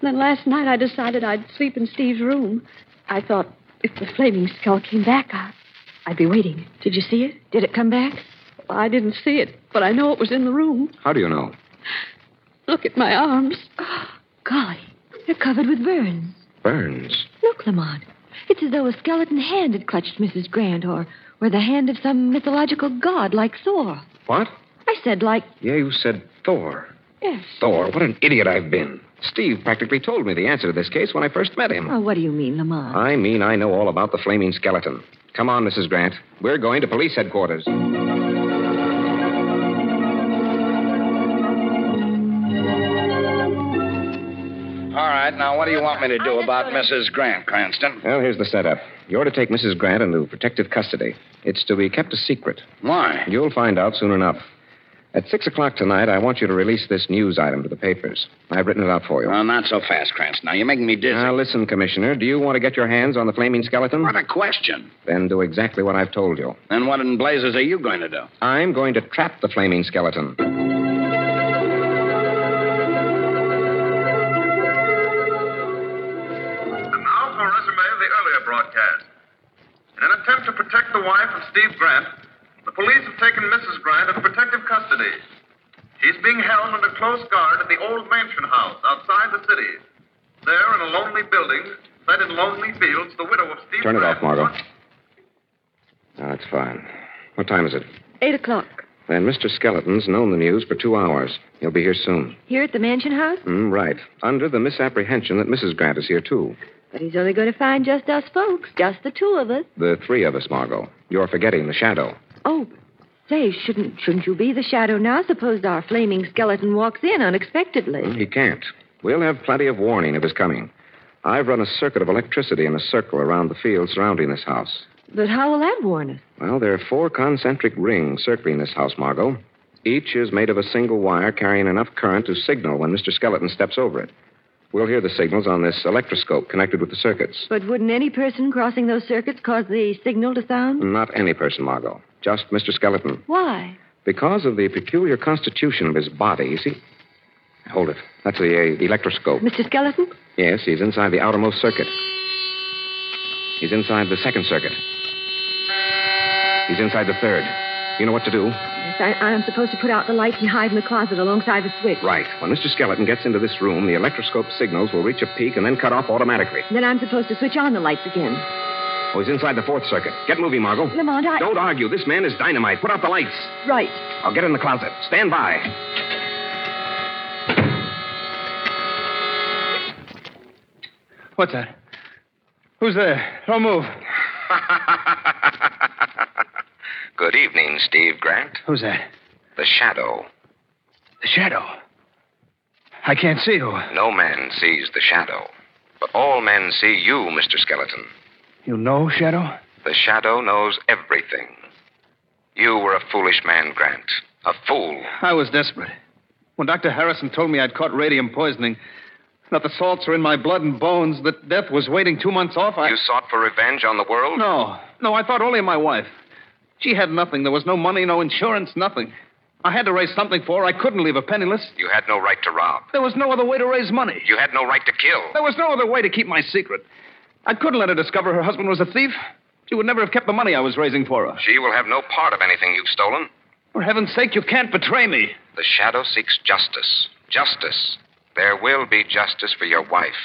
[SPEAKER 9] Then last night I decided I'd sleep in Steve's room. I thought if the flaming skull came back, I, I'd be waiting. Did you see it?
[SPEAKER 11] Did it come back?
[SPEAKER 9] Well, I didn't see it, but I know it was in the room.
[SPEAKER 6] How do you know?
[SPEAKER 9] Look at my arms.
[SPEAKER 11] Golly, they're covered with burns.
[SPEAKER 6] Burns.
[SPEAKER 11] Look, Lamont. It's as though a skeleton hand had clutched Mrs. Grant, or were the hand of some mythological god like Thor.
[SPEAKER 6] What?
[SPEAKER 11] I said, like,
[SPEAKER 6] Yeah, you said Thor.
[SPEAKER 9] Yes.
[SPEAKER 6] Thor, what an idiot I've been. Steve practically told me the answer to this case when I first met him.
[SPEAKER 11] Oh, what do you mean, Lamont?
[SPEAKER 6] I mean, I know all about the flaming skeleton. Come on, Mrs. Grant. We're going to police headquarters.
[SPEAKER 10] All right, now what do you want me to do about Mrs. Grant, Cranston?
[SPEAKER 6] Well, here's the setup. You're to take Mrs. Grant into protective custody. It's to be kept a secret.
[SPEAKER 10] Why?
[SPEAKER 6] You'll find out soon enough. At six o'clock tonight, I want you to release this news item to the papers. I've written it out for you.
[SPEAKER 10] Well, not so fast, Cranston. Now, you're making me dizzy.
[SPEAKER 6] Now, listen, Commissioner. Do you want to get your hands on the flaming skeleton?
[SPEAKER 10] What a question.
[SPEAKER 6] Then do exactly what I've told you.
[SPEAKER 10] Then what in blazes are you going to do?
[SPEAKER 6] I'm going to trap the flaming skeleton.
[SPEAKER 14] Now for a resume of the earlier broadcast. In an attempt to protect the wife of Steve Grant, the police have taken Mrs. Grant into protective custody. She's being held under close guard at the old mansion house outside the city. There, in a lonely building, set in lonely fields, the widow of Steve
[SPEAKER 6] Turn it
[SPEAKER 14] Grant.
[SPEAKER 6] off, Margot. No, it's fine. What time is it?
[SPEAKER 11] Eight o'clock.
[SPEAKER 6] Then Mr. Skeleton's known the news for two hours. He'll be here soon.
[SPEAKER 11] Here at the mansion house?
[SPEAKER 6] Mm, right. Under the misapprehension that Mrs. Grant is here, too.
[SPEAKER 11] But he's only going to find just us folks, just the two of us.
[SPEAKER 6] The three of us, Margot. You're forgetting the shadow.
[SPEAKER 11] Oh, say, shouldn't shouldn't you be the shadow now? Suppose our flaming skeleton walks in unexpectedly.
[SPEAKER 6] Hmm, He can't. We'll have plenty of warning of his coming. I've run a circuit of electricity in a circle around the field surrounding this house.
[SPEAKER 11] But how will that warn us?
[SPEAKER 6] Well, there are four concentric rings circling this house, Margot. Each is made of a single wire carrying enough current to signal when Mr. Skeleton steps over it. We'll hear the signals on this electroscope connected with the circuits.
[SPEAKER 11] But wouldn't any person crossing those circuits cause the signal to sound?
[SPEAKER 6] Not any person, Margot. Just Mr. Skeleton.
[SPEAKER 11] Why?
[SPEAKER 6] Because of the peculiar constitution of his body, you see. Hold it. That's the uh, electroscope.
[SPEAKER 11] Mr. Skeleton?
[SPEAKER 6] Yes, he's inside the outermost circuit. He's inside the second circuit. He's inside the third. You know what to do?
[SPEAKER 11] Yes, I, I'm supposed to put out the lights and hide in the closet alongside the switch.
[SPEAKER 6] Right. When Mr. Skeleton gets into this room, the electroscope signals will reach a peak and then cut off automatically.
[SPEAKER 11] Then I'm supposed to switch on the lights again.
[SPEAKER 6] Oh, he's inside the fourth circuit. Get moving, Margot.
[SPEAKER 11] Lamont, I.
[SPEAKER 6] Don't argue. This man is dynamite. Put out the lights.
[SPEAKER 11] Right.
[SPEAKER 6] I'll get in the closet. Stand by.
[SPEAKER 16] What's that? Who's there? Don't move.
[SPEAKER 6] Good evening, Steve Grant.
[SPEAKER 16] Who's that?
[SPEAKER 6] The shadow.
[SPEAKER 16] The shadow. I can't see you.
[SPEAKER 6] No man sees the shadow. But all men see you, Mr. Skeleton.
[SPEAKER 16] You know, Shadow?
[SPEAKER 6] The shadow knows everything. You were a foolish man, Grant. A fool.
[SPEAKER 8] I was desperate. When Dr. Harrison told me I'd caught radium poisoning, that the salts were in my blood and bones, that death was waiting two months off, I.
[SPEAKER 6] You sought for revenge on the world?
[SPEAKER 8] No, no, I thought only of my wife. She had nothing. There was no money, no insurance, nothing. I had to raise something for her. I couldn't leave her penniless.
[SPEAKER 6] You had no right to rob.
[SPEAKER 8] There was no other way to raise money.
[SPEAKER 6] You had no right to kill.
[SPEAKER 8] There was no other way to keep my secret. I couldn't let her discover her husband was a thief. She would never have kept the money I was raising for her.
[SPEAKER 6] She will have no part of anything you've stolen.
[SPEAKER 8] For heaven's sake, you can't betray me.
[SPEAKER 6] The shadow seeks justice. Justice. There will be justice for your wife.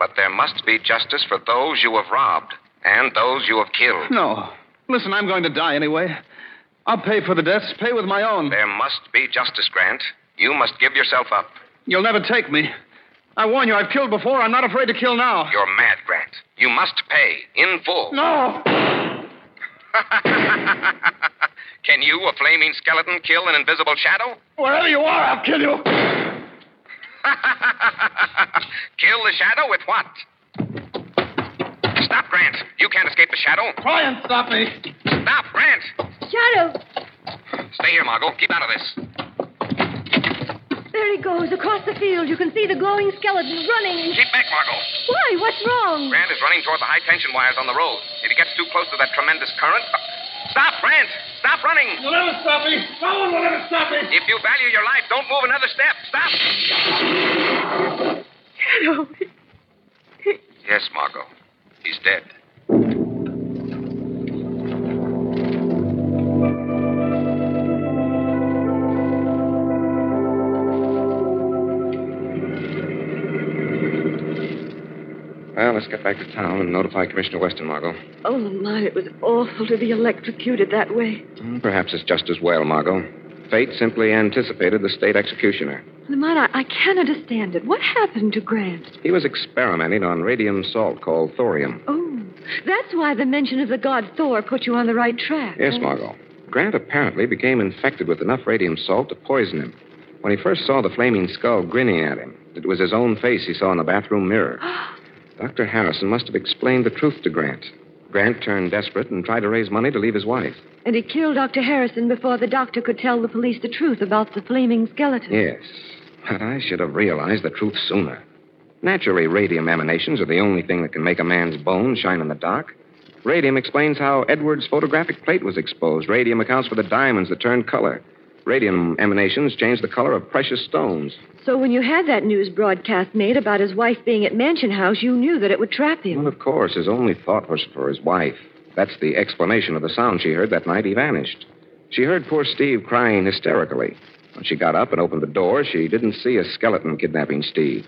[SPEAKER 6] But there must be justice for those you have robbed and those you have killed.
[SPEAKER 8] No. Listen, I'm going to die anyway. I'll pay for the deaths, pay with my own.
[SPEAKER 6] There must be justice, Grant. You must give yourself up.
[SPEAKER 8] You'll never take me. I warn you, I've killed before. I'm not afraid to kill now.
[SPEAKER 6] You're mad, Grant. You must pay in full.
[SPEAKER 8] No!
[SPEAKER 6] Can you, a flaming skeleton, kill an invisible shadow?
[SPEAKER 8] Wherever you are, I'll kill you.
[SPEAKER 6] Kill the shadow with what? Stop, Grant. You can't escape the shadow.
[SPEAKER 8] Try and stop me.
[SPEAKER 6] Stop, Grant.
[SPEAKER 11] Shadow!
[SPEAKER 6] Stay here, Margot. Keep out of this.
[SPEAKER 11] There he goes, across the field. You can see the glowing skeleton running.
[SPEAKER 6] Keep back, Margot.
[SPEAKER 11] Why? What's wrong?
[SPEAKER 6] Grant is running toward the high tension wires on the road. If he gets too close to that tremendous current. uh, Stop, Grant! Stop running!
[SPEAKER 8] You'll never stop me! No one will ever stop me!
[SPEAKER 6] If you value your life, don't move another step. Stop!
[SPEAKER 11] Shadow.
[SPEAKER 6] Yes, Margot. He's dead. Well, let's get back to town and notify Commissioner Weston, Margot.
[SPEAKER 11] Oh, Lamont, it was awful to be electrocuted that way.
[SPEAKER 6] Hmm, Mm, Perhaps it's just as well, Margot. fate simply anticipated the state executioner.
[SPEAKER 9] Lamont, I, I can't understand it. What happened to Grant?
[SPEAKER 6] He was experimenting on radium salt called thorium.
[SPEAKER 9] Oh, that's why the mention of the god Thor put you on the right track.
[SPEAKER 6] Yes, Margot. Grant apparently became infected with enough radium salt to poison him. When he first saw the flaming skull grinning at him, it was his own face he saw in the bathroom mirror. Dr. Harrison must have explained the truth to Grant. Grant turned desperate and tried to raise money to leave his wife.
[SPEAKER 9] And he killed Dr. Harrison before the doctor could tell the police the truth about the flaming skeleton.
[SPEAKER 6] Yes, but I should have realized the truth sooner. Naturally, radium emanations are the only thing that can make a man's bones shine in the dark. Radium explains how Edward's photographic plate was exposed. Radium accounts for the diamonds that turn color. Radium emanations change the color of precious stones.
[SPEAKER 9] So when you had that news broadcast made about his wife being at Mansion House, you knew that it would trap him.
[SPEAKER 6] Well, of course, his only thought was for his wife. That's the explanation of the sound she heard that night he vanished. She heard poor Steve crying hysterically. When she got up and opened the door, she didn't see a skeleton kidnapping Steve.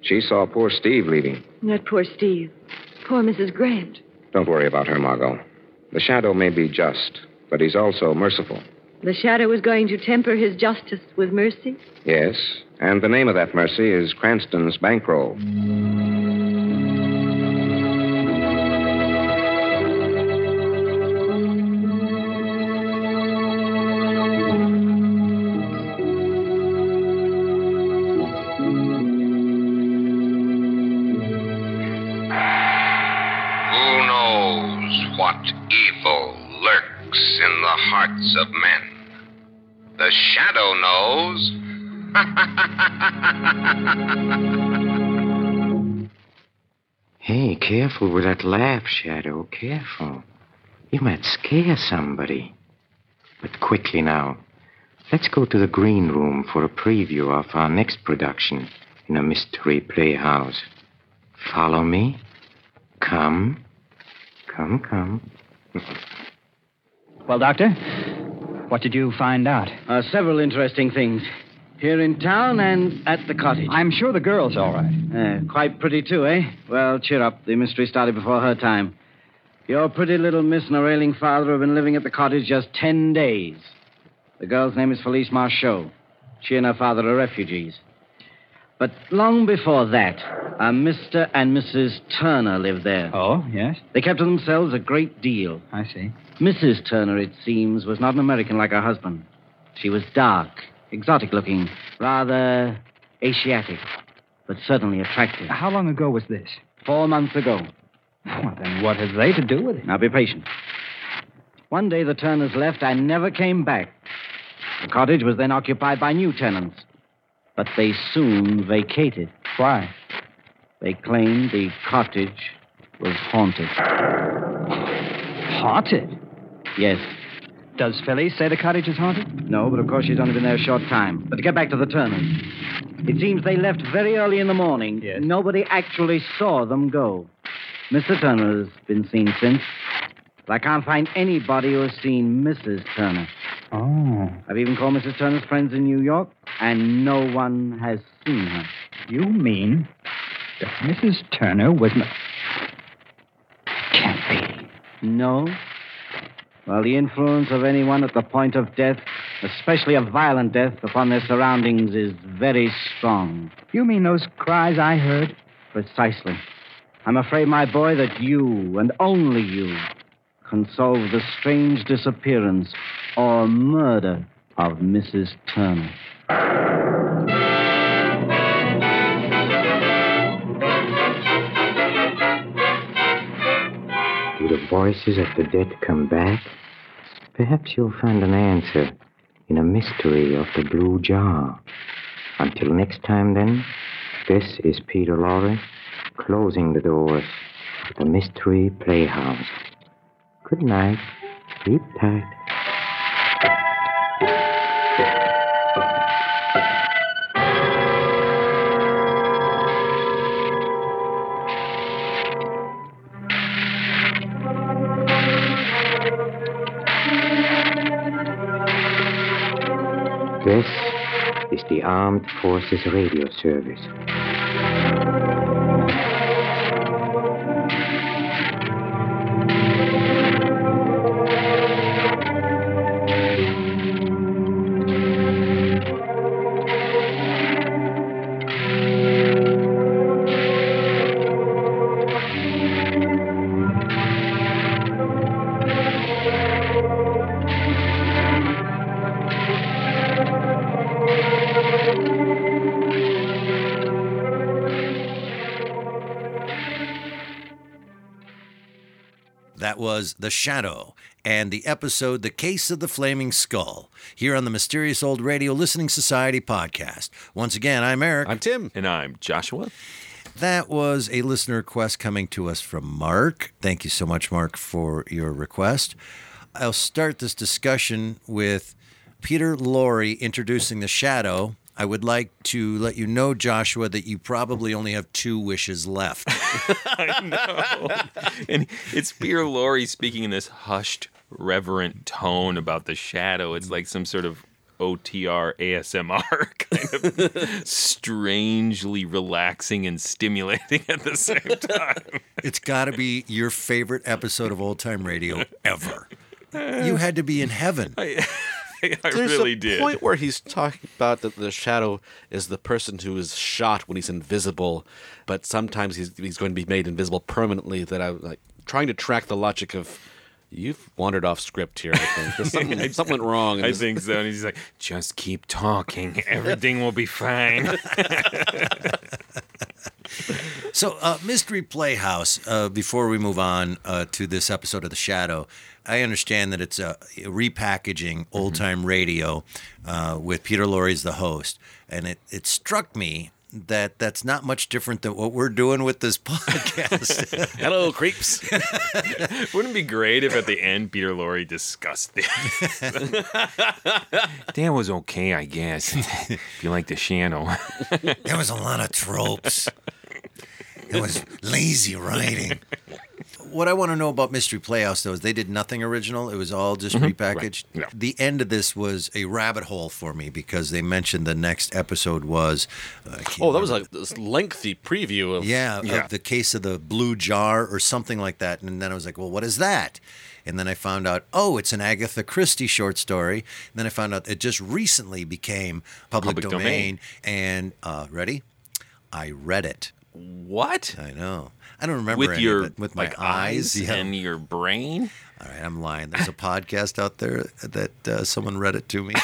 [SPEAKER 6] She saw poor Steve leaving.
[SPEAKER 9] That poor Steve. Poor Mrs. Grant.
[SPEAKER 6] Don't worry about her, Margot. The shadow may be just, but he's also merciful.
[SPEAKER 9] The shadow was going to temper his justice with mercy.
[SPEAKER 6] Yes, and the name of that mercy is Cranston's bankroll.
[SPEAKER 17] Who knows what evil lurks in the hearts of men? The shadow knows.
[SPEAKER 5] Hey, careful with that laugh, Shadow. Careful. You might scare somebody. But quickly now. Let's go to the green room for a preview of our next production in a mystery playhouse. Follow me. Come. Come, come.
[SPEAKER 18] Well, Doctor, what did you find out?
[SPEAKER 19] Uh, several interesting things. Here in town and at the cottage. I'm sure the girl's all right. Uh, quite pretty, too, eh? Well, cheer up. The mystery started before her time. Your pretty little miss and her ailing father have been living at the cottage just ten days. The girl's name is Felice Marchot. She and her father are refugees. But long before that, a Mr. and Mrs. Turner lived there. Oh, yes? They kept to themselves a great deal.
[SPEAKER 18] I see.
[SPEAKER 19] Mrs. Turner, it seems, was not an American like her husband. She was dark, exotic looking, rather Asiatic, but certainly attractive.
[SPEAKER 18] How long ago was this?
[SPEAKER 19] Four months ago.
[SPEAKER 18] Well, then what have they to do with it?
[SPEAKER 19] Now be patient. One day the Turners left and never came back. The cottage was then occupied by new tenants, but they soon vacated. Why? They claimed the cottage was haunted.
[SPEAKER 18] Haunted?
[SPEAKER 19] Yes.
[SPEAKER 18] Does Philly say the cottage is haunted?
[SPEAKER 19] No, but of course she's only been there a short time. But to get back to the Turners, it seems they left very early in the morning. Yes. Nobody actually saw them go. Mr. Turner has been seen since, but I can't find anybody who has seen Mrs. Turner.
[SPEAKER 18] Oh.
[SPEAKER 19] Mm-hmm. I've even called Mrs. Turner's friends in New York, and no one has seen her.
[SPEAKER 18] You mean that Mrs. Turner was. n-
[SPEAKER 19] No? Well, the influence of anyone at the point of death, especially a violent death, upon their surroundings is very strong.
[SPEAKER 18] You mean those cries I heard?
[SPEAKER 19] Precisely. I'm afraid, my boy, that you, and only you, can solve the strange disappearance or murder of Mrs. Turner.
[SPEAKER 5] Do the voices of the dead come back? Perhaps you'll find an answer in a mystery of the blue jar. Until next time, then, this is Peter Lorre closing the doors of the Mystery Playhouse. Good night. Sleep tight. This is the Armed Forces Radio Service.
[SPEAKER 2] That was The Shadow and the episode The Case of the Flaming Skull here on the Mysterious Old Radio Listening Society podcast. Once again, I'm Eric. I'm
[SPEAKER 3] Tim.
[SPEAKER 4] And I'm Joshua.
[SPEAKER 2] That was a listener request coming to us from Mark. Thank you so much, Mark, for your request. I'll start this discussion with Peter Lorre introducing the shadow. I would like to let you know, Joshua, that you probably only have two wishes left.
[SPEAKER 4] and it's Peter Lorre speaking in this hushed, reverent tone about the shadow. It's like some sort of OTR ASMR kind of strangely relaxing and stimulating at the same time.
[SPEAKER 2] it's got to be your favorite episode of old time radio ever. You had to be in heaven.
[SPEAKER 4] I, I
[SPEAKER 3] There's
[SPEAKER 4] really
[SPEAKER 3] a
[SPEAKER 4] did.
[SPEAKER 3] point where he's talking about that the shadow is the person who is shot when he's invisible, but sometimes he's, he's going to be made invisible permanently. That I'm like trying to track the logic of. You've wandered off script here. I think There's something, something went wrong. in
[SPEAKER 4] I
[SPEAKER 3] this-
[SPEAKER 4] think so. And he's like, just keep talking. Everything will be fine.
[SPEAKER 2] So, uh, Mystery Playhouse, uh, before we move on uh, to this episode of The Shadow, I understand that it's a repackaging old time radio uh, with Peter Lorre as the host. And it, it struck me that that's not much different than what we're doing with this podcast.
[SPEAKER 4] Hello, creeps. Wouldn't it be great if at the end Peter Lorre discussed this? that was okay, I guess. if you like the shadow.
[SPEAKER 2] there was a lot of tropes. It was lazy writing. What I want to know about Mystery Playhouse, though, is they did nothing original. It was all just
[SPEAKER 4] Mhm.
[SPEAKER 2] repackaged.
[SPEAKER 4] Right. Yeah.
[SPEAKER 2] The end of this was a rabbit hole for me because they mentioned the next episode was. Uh, I can't
[SPEAKER 3] Oh, that was
[SPEAKER 2] remember.
[SPEAKER 3] a this lengthy preview of
[SPEAKER 2] Yeah, of the case of the blue jar or something like that. And then I was like, well, what is that? And then I found out, oh, it's an Agatha Christie short story. And then I found out it just recently became public,
[SPEAKER 4] Public
[SPEAKER 2] domain.
[SPEAKER 4] domain.
[SPEAKER 2] And uh, ready? I read it.
[SPEAKER 4] What?
[SPEAKER 2] I know. I don't remember
[SPEAKER 4] with
[SPEAKER 2] any of
[SPEAKER 4] your
[SPEAKER 2] it. with my
[SPEAKER 4] like, eyes,
[SPEAKER 2] yeah.
[SPEAKER 4] and your brain.
[SPEAKER 2] All right, I'm lying. There's a podcast out there that uh, someone read it to me.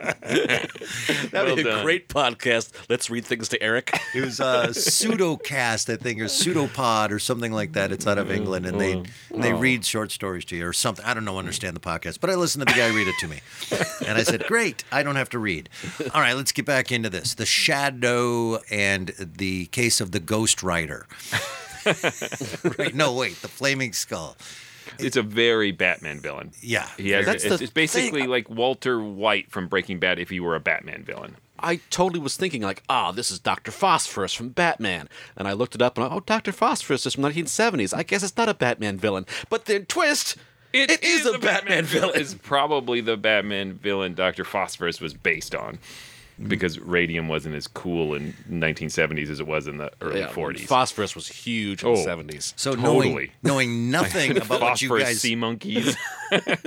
[SPEAKER 3] That'd
[SPEAKER 2] Well
[SPEAKER 3] be a
[SPEAKER 2] done.
[SPEAKER 3] great podcast. Let's read things to Eric.
[SPEAKER 2] It was uh, pseudocast, I think, or pseudopod or something like that. It's out of England, and they they
[SPEAKER 3] Oh.
[SPEAKER 2] read short stories to you or something. I don't know, understand the podcast, but I listened to the guy read it to me, and I said, "Great, I don't have to read." All right, let's get back into this: the shadow and the case of the ghost writer. right? No, wait, the flaming skull.
[SPEAKER 4] It's a very Batman villain.
[SPEAKER 2] Yeah,
[SPEAKER 4] He has,
[SPEAKER 3] That's
[SPEAKER 4] it's,
[SPEAKER 3] the
[SPEAKER 4] it's basically like Walter White from Breaking Bad if he were a Batman villain.
[SPEAKER 3] I totally was thinking like, ah, this is Doctor Phosphorus from Batman, and I looked it up and oh, Doctor Phosphorus is from 1970s. I guess it's not a Batman villain, but then twist, it is, a Batman, villain.
[SPEAKER 4] It's probably the Batman villain Dr. Phosphorus was based on
[SPEAKER 3] Mm-hmm.
[SPEAKER 4] because radium wasn't as cool in 1970s as it was in the early
[SPEAKER 3] Yeah,
[SPEAKER 4] 40s.
[SPEAKER 3] Phosphorus was huge in
[SPEAKER 4] Oh,
[SPEAKER 3] the 70s.
[SPEAKER 2] So
[SPEAKER 4] totally.
[SPEAKER 2] knowing, knowing nothing about what you
[SPEAKER 4] Phosphorus
[SPEAKER 2] guys
[SPEAKER 4] sea monkeys.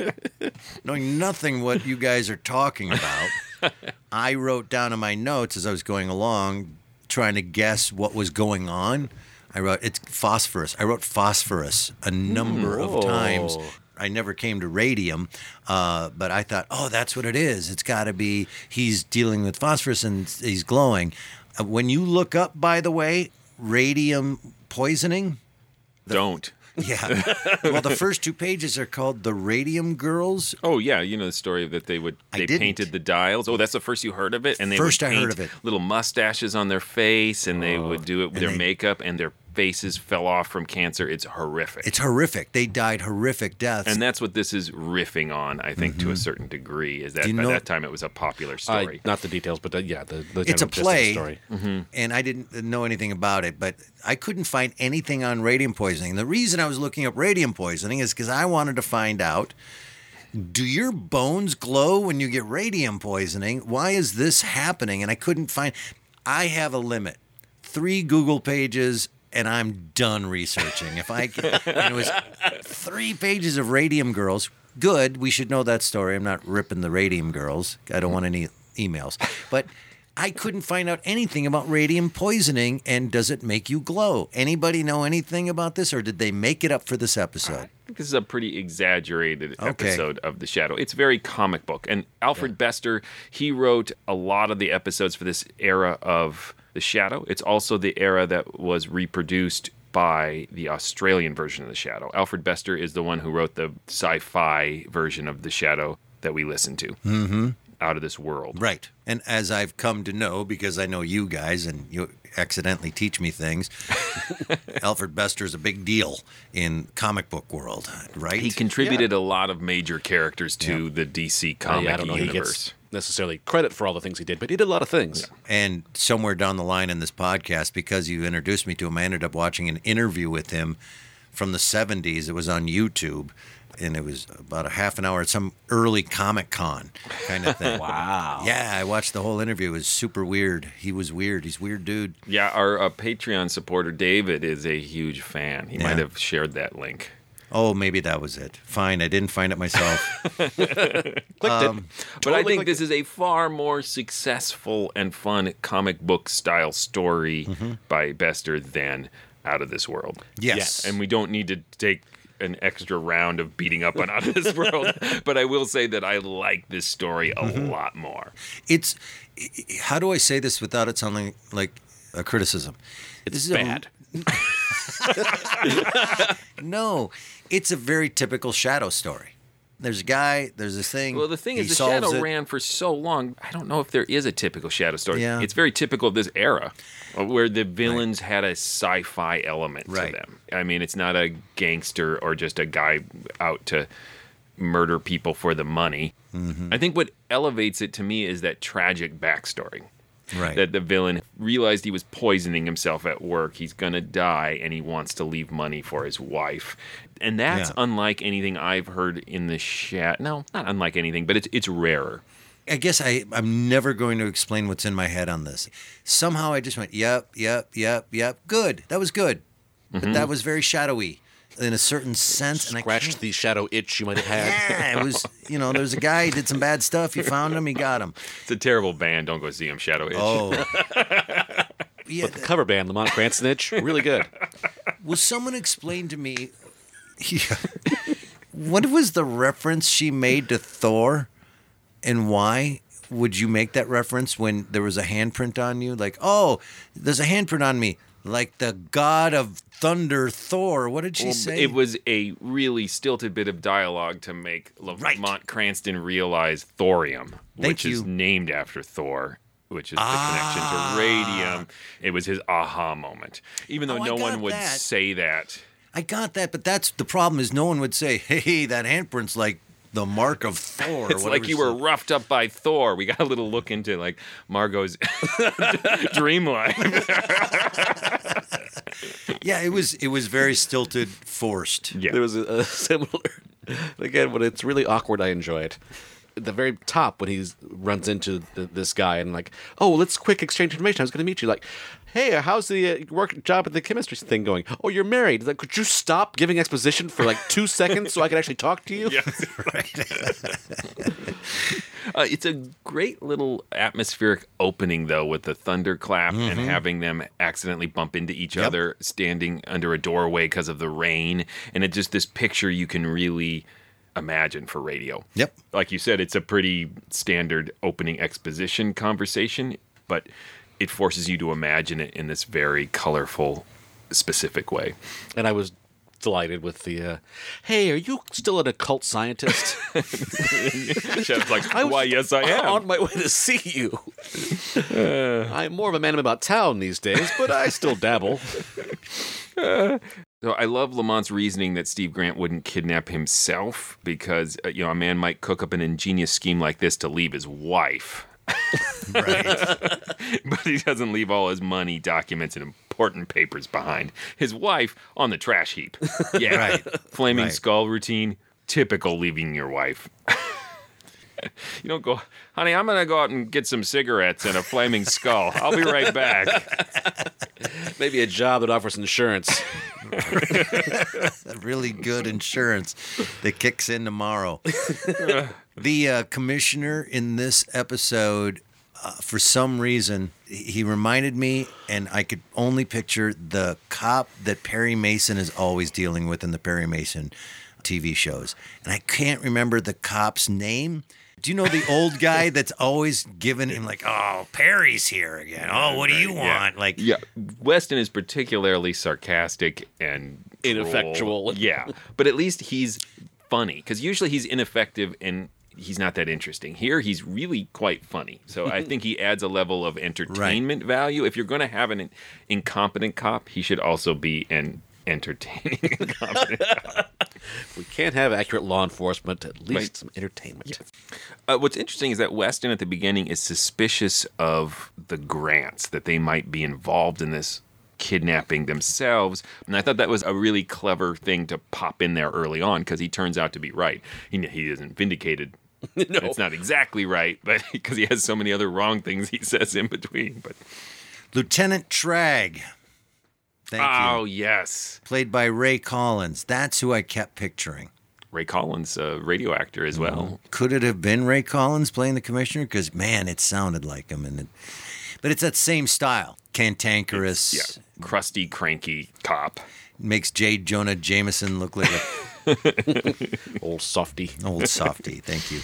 [SPEAKER 2] knowing nothing what you guys are talking about, I wrote down in my notes as I was going along, trying to guess what was going on. I wrote it's phosphorus. I wrote phosphorus a number of times.
[SPEAKER 4] Oh.
[SPEAKER 3] Whoa.
[SPEAKER 2] I never came to radium, uh, but I thought, oh, that's what it is. It's got to be he's dealing with phosphorus and he's glowing. Uh, When you look up, by the way, radium poisoning.
[SPEAKER 4] Don't.
[SPEAKER 2] Yeah. well, the first two pages are called The Radium Girls.
[SPEAKER 4] Oh yeah, you know the story that they would
[SPEAKER 2] I
[SPEAKER 4] they
[SPEAKER 2] didn't.
[SPEAKER 4] painted the dials. Oh, that's the first you heard of it. And they
[SPEAKER 2] First
[SPEAKER 4] would
[SPEAKER 2] I heard
[SPEAKER 4] paint
[SPEAKER 2] of it.
[SPEAKER 4] Little mustaches on their face, and
[SPEAKER 3] Oh.
[SPEAKER 4] they would do it with their
[SPEAKER 2] they-
[SPEAKER 4] makeup, and their faces fell off from cancer. It's horrific.
[SPEAKER 2] It's horrific. They died horrific deaths.
[SPEAKER 4] and that's what this is riffing on, I think,
[SPEAKER 3] Mm-hmm.
[SPEAKER 4] to a certain degree. Is that
[SPEAKER 2] Do you
[SPEAKER 4] by
[SPEAKER 2] know-
[SPEAKER 4] that time it was a popular story?
[SPEAKER 3] not the details, but yeah, the, the
[SPEAKER 2] it's a play,
[SPEAKER 3] story.
[SPEAKER 4] Mm-hmm.
[SPEAKER 2] and I didn't know anything about it, but I couldn't find anything on radium poisoning. The reason I was looking up radium poisoning is because I wanted to find out do your bones glow when you get radium poisoning? Why is this happening? And I couldn't find, I have a limit three Google pages. And I'm done researching. If I can, and it was three pages of Radium Girls. Good. We should know that story. I'm not ripping the Radium Girls. I don't want any emails. But I couldn't find out anything about radium poisoning and does it make you glow? Anybody know anything about this or did they make it up for this episode?
[SPEAKER 4] I think this is a pretty exaggerated
[SPEAKER 2] Okay.
[SPEAKER 4] episode of The Shadow. It's very comic book. And Alfred Bester, he wrote a lot of the episodes for this era of The Shadow. It's also the era that was reproduced fi the Australian version of The Shadow. Alfred Bester is the one who wrote the sci fi version of The Shadow that we listen to.
[SPEAKER 2] Mm-hmm.
[SPEAKER 4] Out of this world.
[SPEAKER 2] Right. And as I've come to know, because I know you guys and you accidentally teach me things, Alfred Bester is a big deal in comic book world, right?
[SPEAKER 4] He contributed a lot of major characters to the DC comic
[SPEAKER 3] Oh, I don't know if he
[SPEAKER 4] universe.
[SPEAKER 3] gets necessarily credit for all the things he did, but he did a lot of things.
[SPEAKER 2] And somewhere down the line in this podcast, because you introduced me to him, I ended up watching an interview with him from the 70s. It was on YouTube, and it was about a half an hour at some early Comic Con kind of thing.
[SPEAKER 4] Wow.
[SPEAKER 2] Yeah, I watched the whole interview. It was super weird. He was weird. He's a weird dude.
[SPEAKER 4] Yeah, our uh, Patreon supporter David is a huge fan. He might
[SPEAKER 2] Yeah.
[SPEAKER 4] have shared that link.
[SPEAKER 2] Oh, maybe that was it. Fine. I didn't find it myself. Um,
[SPEAKER 4] but I think this is a far more successful and fun comic book style story
[SPEAKER 2] Mm-hmm.
[SPEAKER 4] by Bester than Out of This World.
[SPEAKER 2] Yes. Yes.
[SPEAKER 4] And we don't need to take an extra round of beating up on Out of This World. But I will say that I like this story a
[SPEAKER 2] Mhm.
[SPEAKER 4] lot more.
[SPEAKER 2] it's how do I say this without it sounding like a criticism?
[SPEAKER 4] It's
[SPEAKER 2] this is a-
[SPEAKER 4] bad.
[SPEAKER 2] no, it's a very typical shadow story. There's a guy, there's this thing.
[SPEAKER 4] Well, the thing
[SPEAKER 2] he
[SPEAKER 4] is, the
[SPEAKER 2] solves
[SPEAKER 4] shadow
[SPEAKER 2] it.
[SPEAKER 4] ran for so long. I don't know if there is a typical shadow story.
[SPEAKER 2] Yeah.
[SPEAKER 4] It's very typical of this era uh, where the villains had a sci fi element to them. I mean, it's not a gangster or just a guy out to murder people for the money.
[SPEAKER 2] Mm-hmm.
[SPEAKER 4] I think what elevates it to me is that tragic backstory.
[SPEAKER 2] Right.
[SPEAKER 4] That the villain realized he was poisoning himself at work. He's going to die and he wants to leave money for his wife. And that's
[SPEAKER 2] Yeah.
[SPEAKER 4] unlike anything I've heard in the chat. No, not unlike anything, but it's it's rarer.
[SPEAKER 2] I guess I, I'm never going to explain what's in my head on this. Somehow I just went, yep, yep, yep, yep. Good. That was good. But
[SPEAKER 3] Mhm.
[SPEAKER 2] that was very shadowy in a certain sense. And I
[SPEAKER 3] Scratched the shadow itch you might have had.
[SPEAKER 2] yeah, it was, you know, there's a guy, he did some bad stuff. You found him, he got him.
[SPEAKER 4] It's a terrible band. Don't go see him, Shadow Itch.
[SPEAKER 2] Oh.
[SPEAKER 3] but the cover band, Lamont Cranston itch, really good.
[SPEAKER 2] Will someone explain to me yeah. what was the reference she made to Thor and why? Would you make that reference when there was a handprint on you? Like, oh, there's a handprint on me, like the god of thunder, Thor. What did she
[SPEAKER 4] Well,
[SPEAKER 2] say?
[SPEAKER 4] It was a really stilted bit of dialogue to make Lamont Cranston realize thorium,
[SPEAKER 2] Thank
[SPEAKER 4] which is
[SPEAKER 2] you. Ah.
[SPEAKER 4] named after Thor, which is the connection to radium. It was his aha moment, even though
[SPEAKER 2] Oh, I
[SPEAKER 4] no one
[SPEAKER 2] got
[SPEAKER 4] would
[SPEAKER 2] that.
[SPEAKER 4] say that.
[SPEAKER 2] I got that, but that's the problem is no one would say, hey, that handprint's like the mark of Thor. or
[SPEAKER 4] it's like
[SPEAKER 2] whatever
[SPEAKER 4] you
[SPEAKER 2] she-
[SPEAKER 4] were roughed up by Thor. We got a little look into like Margot's dream life.
[SPEAKER 2] Yeah, it was. It was very stilted, forced.
[SPEAKER 4] Yeah.
[SPEAKER 3] There was a, a similar. Again, when it's really awkward, I enjoy it. At the very top, when he runs into the, this guy and like, oh, let's quick exchange information. I was going to meet you. Like, hey, how's the uh, work job at the chemistry thing going? Oh, you're married. Like, could you stop giving exposition for like two seconds so I could actually talk to you?
[SPEAKER 4] Uh, it's a great little atmospheric opening, though, with the thunderclap and
[SPEAKER 3] Mhm.
[SPEAKER 4] having them accidentally bump into each
[SPEAKER 3] Yep.
[SPEAKER 4] other standing under a doorway because of the rain. And it's just this picture you can really imagine for radio.
[SPEAKER 2] Yep.
[SPEAKER 4] Like you said, it's a pretty standard opening exposition conversation, but it forces you to imagine it in this very colorful, specific way.
[SPEAKER 3] And I was delighted with the, uh, hey, are you still an occult scientist?
[SPEAKER 4] Shadow's like, why, yes, I am. Uh.
[SPEAKER 3] On my way to see you. I'm more of a man about town these days, but I still dabble.
[SPEAKER 4] So I love Lamont's reasoning that Steve Grant wouldn't kidnap himself because uh, you know a man might cook up an ingenious scheme like this to leave his wife. but he doesn't leave all his money, documents, and important papers behind. His wife on the trash heap. Yeah,
[SPEAKER 2] Right.
[SPEAKER 4] Flaming
[SPEAKER 2] Right.
[SPEAKER 4] skull routine, typical leaving your wife. you don't go, honey. I'm gonna go out and get some cigarettes and a flaming skull. I'll be right back.
[SPEAKER 3] Maybe a job that offers insurance.
[SPEAKER 2] really good insurance that kicks in tomorrow. the uh, commissioner in this episode, uh, for some reason, he- he reminded me, and I could only picture the cop that Perry Mason is always dealing with in the Perry Mason TV shows. And I can't remember the cop's name, Do you know the old guy that's always giving him like, "Oh, Perry's here again. Oh, what do you want?" Like,
[SPEAKER 4] yeah. Weston is particularly sarcastic and cruel.
[SPEAKER 3] Ineffectual.
[SPEAKER 4] Yeah, but at least he's funny because usually he's ineffective and he's not that interesting. Here, he's really quite funny. So I think he adds a level of entertainment value. If you're going to have an incompetent cop, he should also be an entertaining incompetent cop.
[SPEAKER 3] We can't have accurate law enforcement, at least
[SPEAKER 4] Right.
[SPEAKER 3] some entertainment.
[SPEAKER 4] Uh, what's interesting is that Weston at the beginning is suspicious of the Grants, that they might be involved in this kidnapping themselves. And I thought that was a really clever thing to pop in there early on because he turns out to be right. He, he isn't vindicated. no. It's not exactly right, but because he has so many other wrong things he says in between. But
[SPEAKER 2] Lieutenant Trag. Thank you.
[SPEAKER 4] Oh, yes.
[SPEAKER 2] Played by Ray Collins. That's who I kept picturing.
[SPEAKER 4] Ray Collins, a radio actor as well.
[SPEAKER 2] Could it have been Ray Collins playing the commissioner? Because man, it sounded like him, and it, but it's that same style, cantankerous,
[SPEAKER 4] yeah, crusty, cranky cop.
[SPEAKER 2] Makes J. Jonah Mm-hmm. Jameson look like a
[SPEAKER 3] old softy.
[SPEAKER 2] Old softy. Thank you.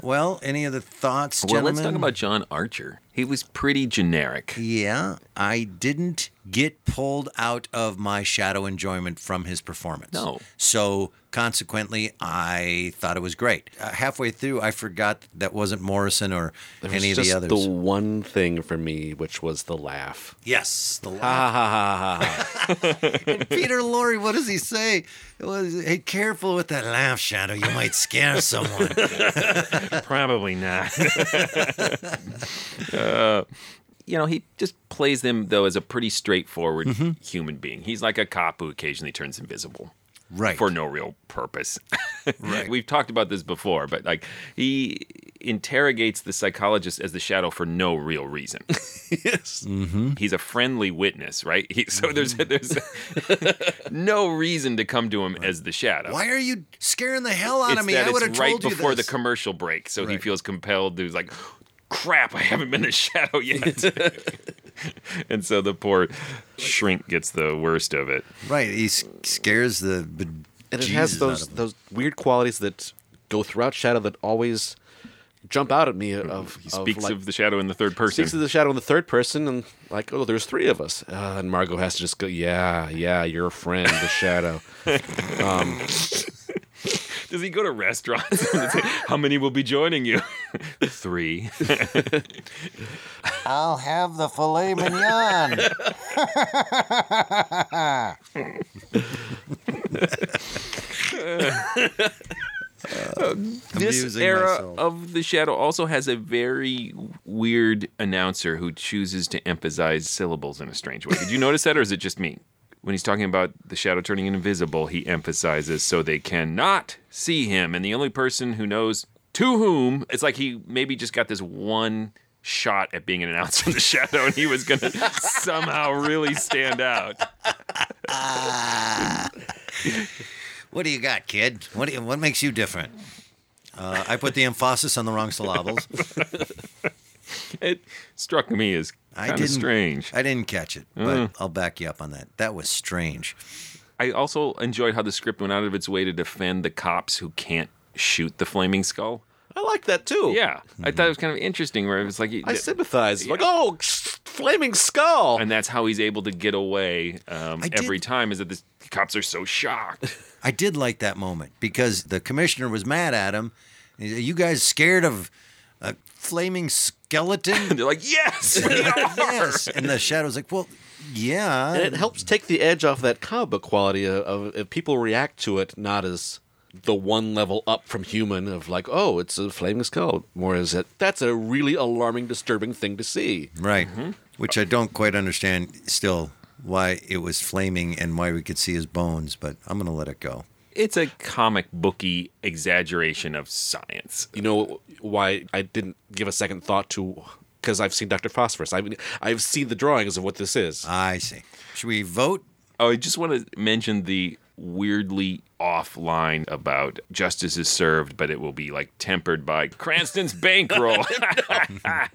[SPEAKER 2] Well, any other thoughts,
[SPEAKER 4] Well, let's talk
[SPEAKER 2] gentlemen?
[SPEAKER 4] about John Archer. He was pretty generic.
[SPEAKER 2] Yeah, I didn't get pulled out of my shadow enjoyment from his performance.
[SPEAKER 4] No.
[SPEAKER 2] So consequently, I thought it was great. Uh, halfway through, I forgot that wasn't Morrison or
[SPEAKER 3] There was
[SPEAKER 2] any of the
[SPEAKER 3] just
[SPEAKER 2] others.
[SPEAKER 3] the one thing for me, which was the laugh.
[SPEAKER 2] Yes, the
[SPEAKER 3] Ha
[SPEAKER 2] laugh.
[SPEAKER 3] ha ha ha ha.
[SPEAKER 2] Peter Lorre, what does he say? It was, hey, careful with that laugh, Shadow. You might scare someone.
[SPEAKER 4] Probably not. uh, you know, he just plays them though as a pretty straightforward
[SPEAKER 2] Mhm.
[SPEAKER 4] human being. He's like a cop who occasionally turns invisible.
[SPEAKER 2] Right.
[SPEAKER 4] For no real purpose. right. We've talked about this before, but like he interrogates the psychologist as the shadow for no real reason. yes.
[SPEAKER 2] Mm-hmm.
[SPEAKER 4] He's a friendly witness, right? He, so there's there's no reason to come to him as the shadow
[SPEAKER 2] Mm-hmm. Why are you scaring the hell out
[SPEAKER 4] it's
[SPEAKER 2] of me?
[SPEAKER 4] That
[SPEAKER 2] I would have
[SPEAKER 4] it's right
[SPEAKER 2] told you
[SPEAKER 4] before
[SPEAKER 2] this.
[SPEAKER 4] the commercial break, so he feels compelled to like, crap, I haven't been a shadow yet. and so the poor shrink gets the worst of it.
[SPEAKER 2] right, he s- scares the. be-
[SPEAKER 3] And it
[SPEAKER 2] Jesus
[SPEAKER 3] has
[SPEAKER 2] out
[SPEAKER 3] those
[SPEAKER 2] of him.
[SPEAKER 3] those weird qualities that go throughout Shadow that always jump out at me. Of he
[SPEAKER 4] Speaks of the shadow in the third person.
[SPEAKER 3] Speaks of the shadow in the third person, and like, oh, there's three of us, uh, and Margot has to just go, yeah, yeah, your friend, the shadow. um,
[SPEAKER 4] Does he go to restaurants? and say, How many will be joining you? Three.
[SPEAKER 2] I'll have the filet mignon.
[SPEAKER 4] Uh, this
[SPEAKER 2] Amusing
[SPEAKER 4] era
[SPEAKER 2] myself.
[SPEAKER 4] of the shadow also has a very weird announcer who chooses to emphasize syllables in a strange way. Did you notice that, or is it just me? When he's talking about the shadow turning invisible, he emphasizes so they cannot see him, and the only person who knows to whom it's like he maybe just got this one shot at being an announcer in the shadow, and he was gonna somehow really stand out.
[SPEAKER 2] What do you got, kid? What do you, what makes you different? Uh, I put the emphasis on the wrong syllables.
[SPEAKER 4] It struck me as
[SPEAKER 2] I
[SPEAKER 4] kind of
[SPEAKER 2] didn't-
[SPEAKER 4] strange.
[SPEAKER 2] I didn't catch it, but
[SPEAKER 4] Mm.
[SPEAKER 2] I'll back you up on that. That was strange.
[SPEAKER 4] I also enjoyed how the script went out of its way to defend the cops who can't shoot the flaming skull.
[SPEAKER 3] I like that too. Mm-hmm.
[SPEAKER 4] Yeah, I thought it was kind of interesting. Where it was like
[SPEAKER 3] I sympathize. Like,
[SPEAKER 4] oh,
[SPEAKER 3] flaming skull,
[SPEAKER 4] and that's how he's able to get away um,
[SPEAKER 2] I did-
[SPEAKER 4] every time. Is that the cops are so shocked?
[SPEAKER 2] I did like that moment because the commissioner was mad at him. He said, you guys scared of a flaming skeleton?
[SPEAKER 4] They're like, yes,
[SPEAKER 2] yes. And the shadow's like, well, yeah.
[SPEAKER 3] and it helps take the edge off that comic book quality of, of if people react to it not as the one level up from human of like, oh, it's a flaming skull, more as it that's a really alarming, disturbing thing to see.
[SPEAKER 2] Right. Which I don't quite understand still why it was flaming and why we could see his bones, but I'm going to let it go.
[SPEAKER 4] It's a comic booky exaggeration of science.
[SPEAKER 3] You know why I didn't give a second thought to because I've seen Doctor Phosphorus. I mean, I've seen the drawings of what this is.
[SPEAKER 2] I see. Should we vote?
[SPEAKER 4] Oh, I just want to mention the weirdly off line about justice is served, but it will be like tempered by Cranston's bankroll.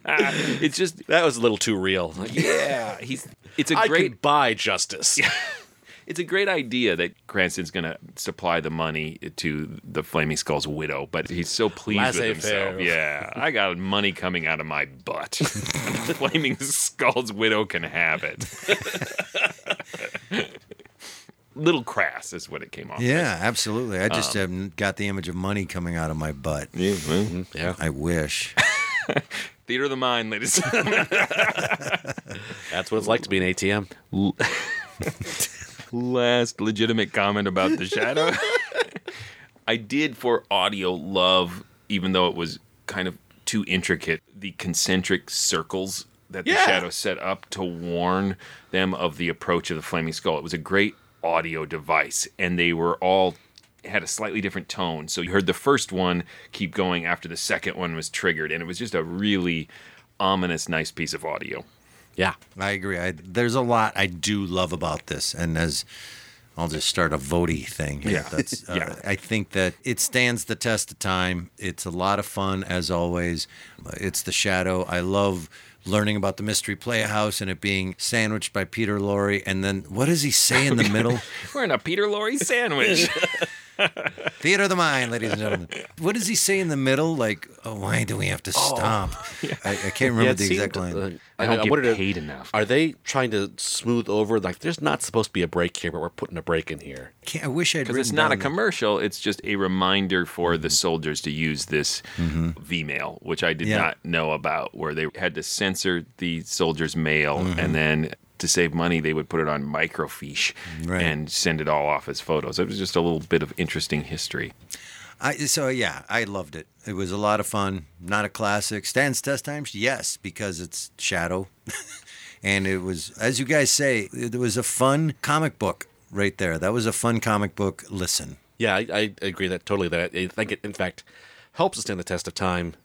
[SPEAKER 4] it's just
[SPEAKER 3] that was a little too real.
[SPEAKER 4] yeah, he's it's a
[SPEAKER 3] I
[SPEAKER 4] great
[SPEAKER 3] could buy justice.
[SPEAKER 4] It's a great idea that Cranston's going to supply the money to the Flaming Skull's widow, but he's so pleased with
[SPEAKER 3] Laissez-faire.
[SPEAKER 4] himself. Yeah, I got money coming out of my butt. Flaming Skull's widow can have it. Little crass is what it came off.
[SPEAKER 2] Yeah, absolutely. I just
[SPEAKER 4] Um,
[SPEAKER 2] um, got the image of money coming out of my butt.
[SPEAKER 4] Yeah,
[SPEAKER 2] yeah. I wish.
[SPEAKER 4] Theater of the mind, ladies. and gentlemen.
[SPEAKER 3] That's what it's like to be an ATM.
[SPEAKER 4] Last legitimate comment about the shadow. I did for audio love, even though it was kind of too intricate, the concentric circles that the shadow set up to warn them of the approach of the flaming skull. It was a great audio device, and they were all had a slightly different tone. So you heard the first one keep going after the second one was triggered, and it was just a really ominous, nice piece of audio.
[SPEAKER 2] Yeah, I agree. I, there's a lot I do love about this, and as I'll just start a votey thing. here.
[SPEAKER 4] Yeah.
[SPEAKER 2] That's, uh,
[SPEAKER 4] Yeah.
[SPEAKER 2] I think that it stands the test of time. It's a lot of fun as always. It's the shadow. I love learning about the mystery playhouse and it being sandwiched by Peter Lorre. And then what does he say in the middle?
[SPEAKER 4] We're in a Peter Lorre sandwich.
[SPEAKER 2] Theater of the mind, ladies and gentlemen. What does he say in the middle? Like, oh, why do we have to stop? I, I can't remember
[SPEAKER 3] Yeah, it
[SPEAKER 2] the exact
[SPEAKER 3] seemed,
[SPEAKER 2] line.
[SPEAKER 3] uh, wondered, Are they trying to smooth over like there's not supposed to be a break here, but we're putting a break in here?
[SPEAKER 2] Can't, I wish I'd
[SPEAKER 4] because it's
[SPEAKER 2] written
[SPEAKER 4] not a
[SPEAKER 2] down Mm-hmm. the-
[SPEAKER 4] commercial it's just a reminder for the soldiers to use this v-mail which i
[SPEAKER 2] Mm-hmm.
[SPEAKER 4] did
[SPEAKER 2] Yeah.
[SPEAKER 4] not know about where they had to censor the soldiers mail
[SPEAKER 2] Mhm.
[SPEAKER 4] and then to save money they would put it on microfiche
[SPEAKER 2] Right.
[SPEAKER 4] and send it all off as photos it was just a little bit of interesting history
[SPEAKER 2] I, so yeah, I loved it. It was a lot of fun. Not a classic. Stands test times, yes, because it's Shadow, and it was as you guys say, it was a fun comic book right there. That was a fun comic book. Listen,
[SPEAKER 3] Yeah, I, I agree that totally. That I think it, in fact, helps to stand the test of time.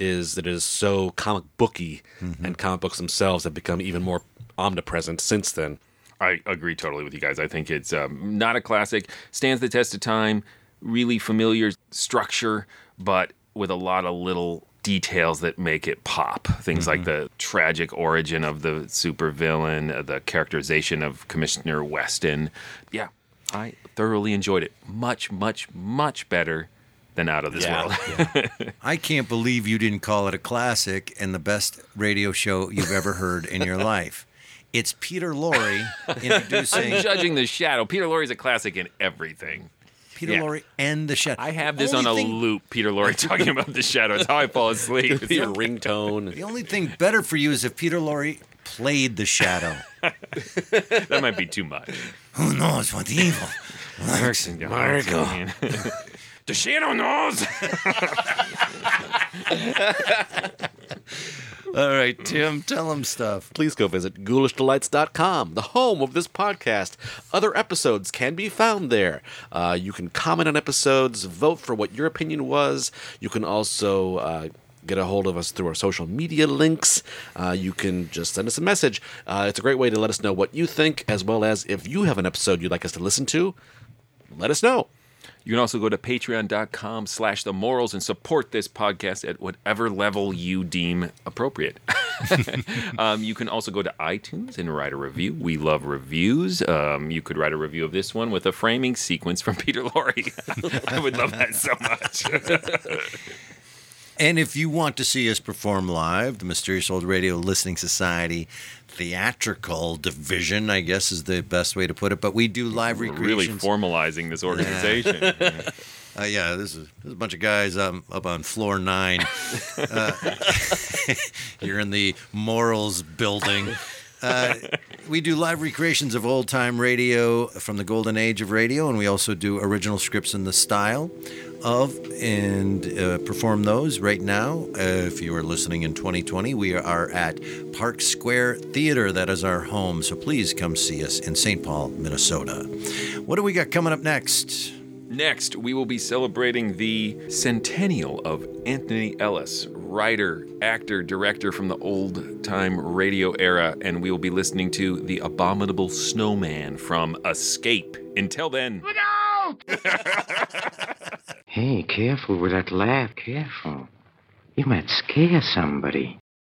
[SPEAKER 3] Is that it is so comic booky, and comic books themselves have become even more omnipresent since then.
[SPEAKER 4] I agree totally with you guys. I think it's um, not a classic, stands the test of time, really familiar structure, but with a lot of little details that make it pop. Things like
[SPEAKER 3] Mm-hmm.
[SPEAKER 4] the tragic origin of the supervillain, uh, the characterization of Commissioner Weston. Yeah, I thoroughly enjoyed it. Much, much, much better than Out of This
[SPEAKER 2] Yeah,
[SPEAKER 4] World.
[SPEAKER 2] I can't believe you didn't call it a classic and the best radio show you've ever heard in your life. It's Peter Lorre introducing
[SPEAKER 4] I'm judging the shadow. Peter Lorre's a classic in everything.
[SPEAKER 2] Peter
[SPEAKER 4] Yeah.
[SPEAKER 2] Lorre and the Shadow.
[SPEAKER 4] I have this on a loop. Peter Lorre talking about the shadow. It's how I fall asleep. It's
[SPEAKER 3] your ringtone.
[SPEAKER 2] The only thing better for you is if Peter Lorre played the Shadow.
[SPEAKER 4] that might be too much.
[SPEAKER 2] Who knows what evil?
[SPEAKER 4] Lurks in your hearts, man. the shadow knows.
[SPEAKER 3] All right, Tim,
[SPEAKER 2] tell them stuff.
[SPEAKER 3] Please go visit ghoulishdelights.com, the home of this podcast. Other episodes can be found there. Uh, you can comment on episodes, vote for what your opinion was. You can also uh, get a hold of us through our social media links. Uh, you can just send us a message. Uh, it's a great way to let us know what you think, as well as if you have an episode you'd like us to listen to, let us know.
[SPEAKER 4] You can also go to patreon.com slash the morals and support this podcast at whatever level you deem appropriate. um, you can also go to iTunes and write a review. We love reviews. Um, you could write a review of this one with a framing sequence from Peter Lorre. I would love that so much.
[SPEAKER 2] And if you want to see us perform live, the Mysterious Old Radio Listening Society theatrical division, I guess is the best way to put it. But we do live
[SPEAKER 4] We're really
[SPEAKER 2] recreations.
[SPEAKER 4] formalizing this organization.
[SPEAKER 2] Uh, yeah, this is, this is a bunch of guys um, up on floor nine. Uh, you're in the morals building. Uh, we do live recreations of old time radio from the golden age of radio, and we also do original scripts in the style of and uh, perform those right now. Uh, if you are listening in 2020, we are at Park Square Theater. That is our home, so please come see us in St. Paul, Minnesota. What do we got coming up next?
[SPEAKER 4] Next, we will be celebrating the centennial of Anthony Ellis, writer, actor, director from the old time radio era, and we will be listening to The Abominable Snowman from Escape. Until then.
[SPEAKER 5] Hey, careful with that laugh. Careful. You might scare somebody.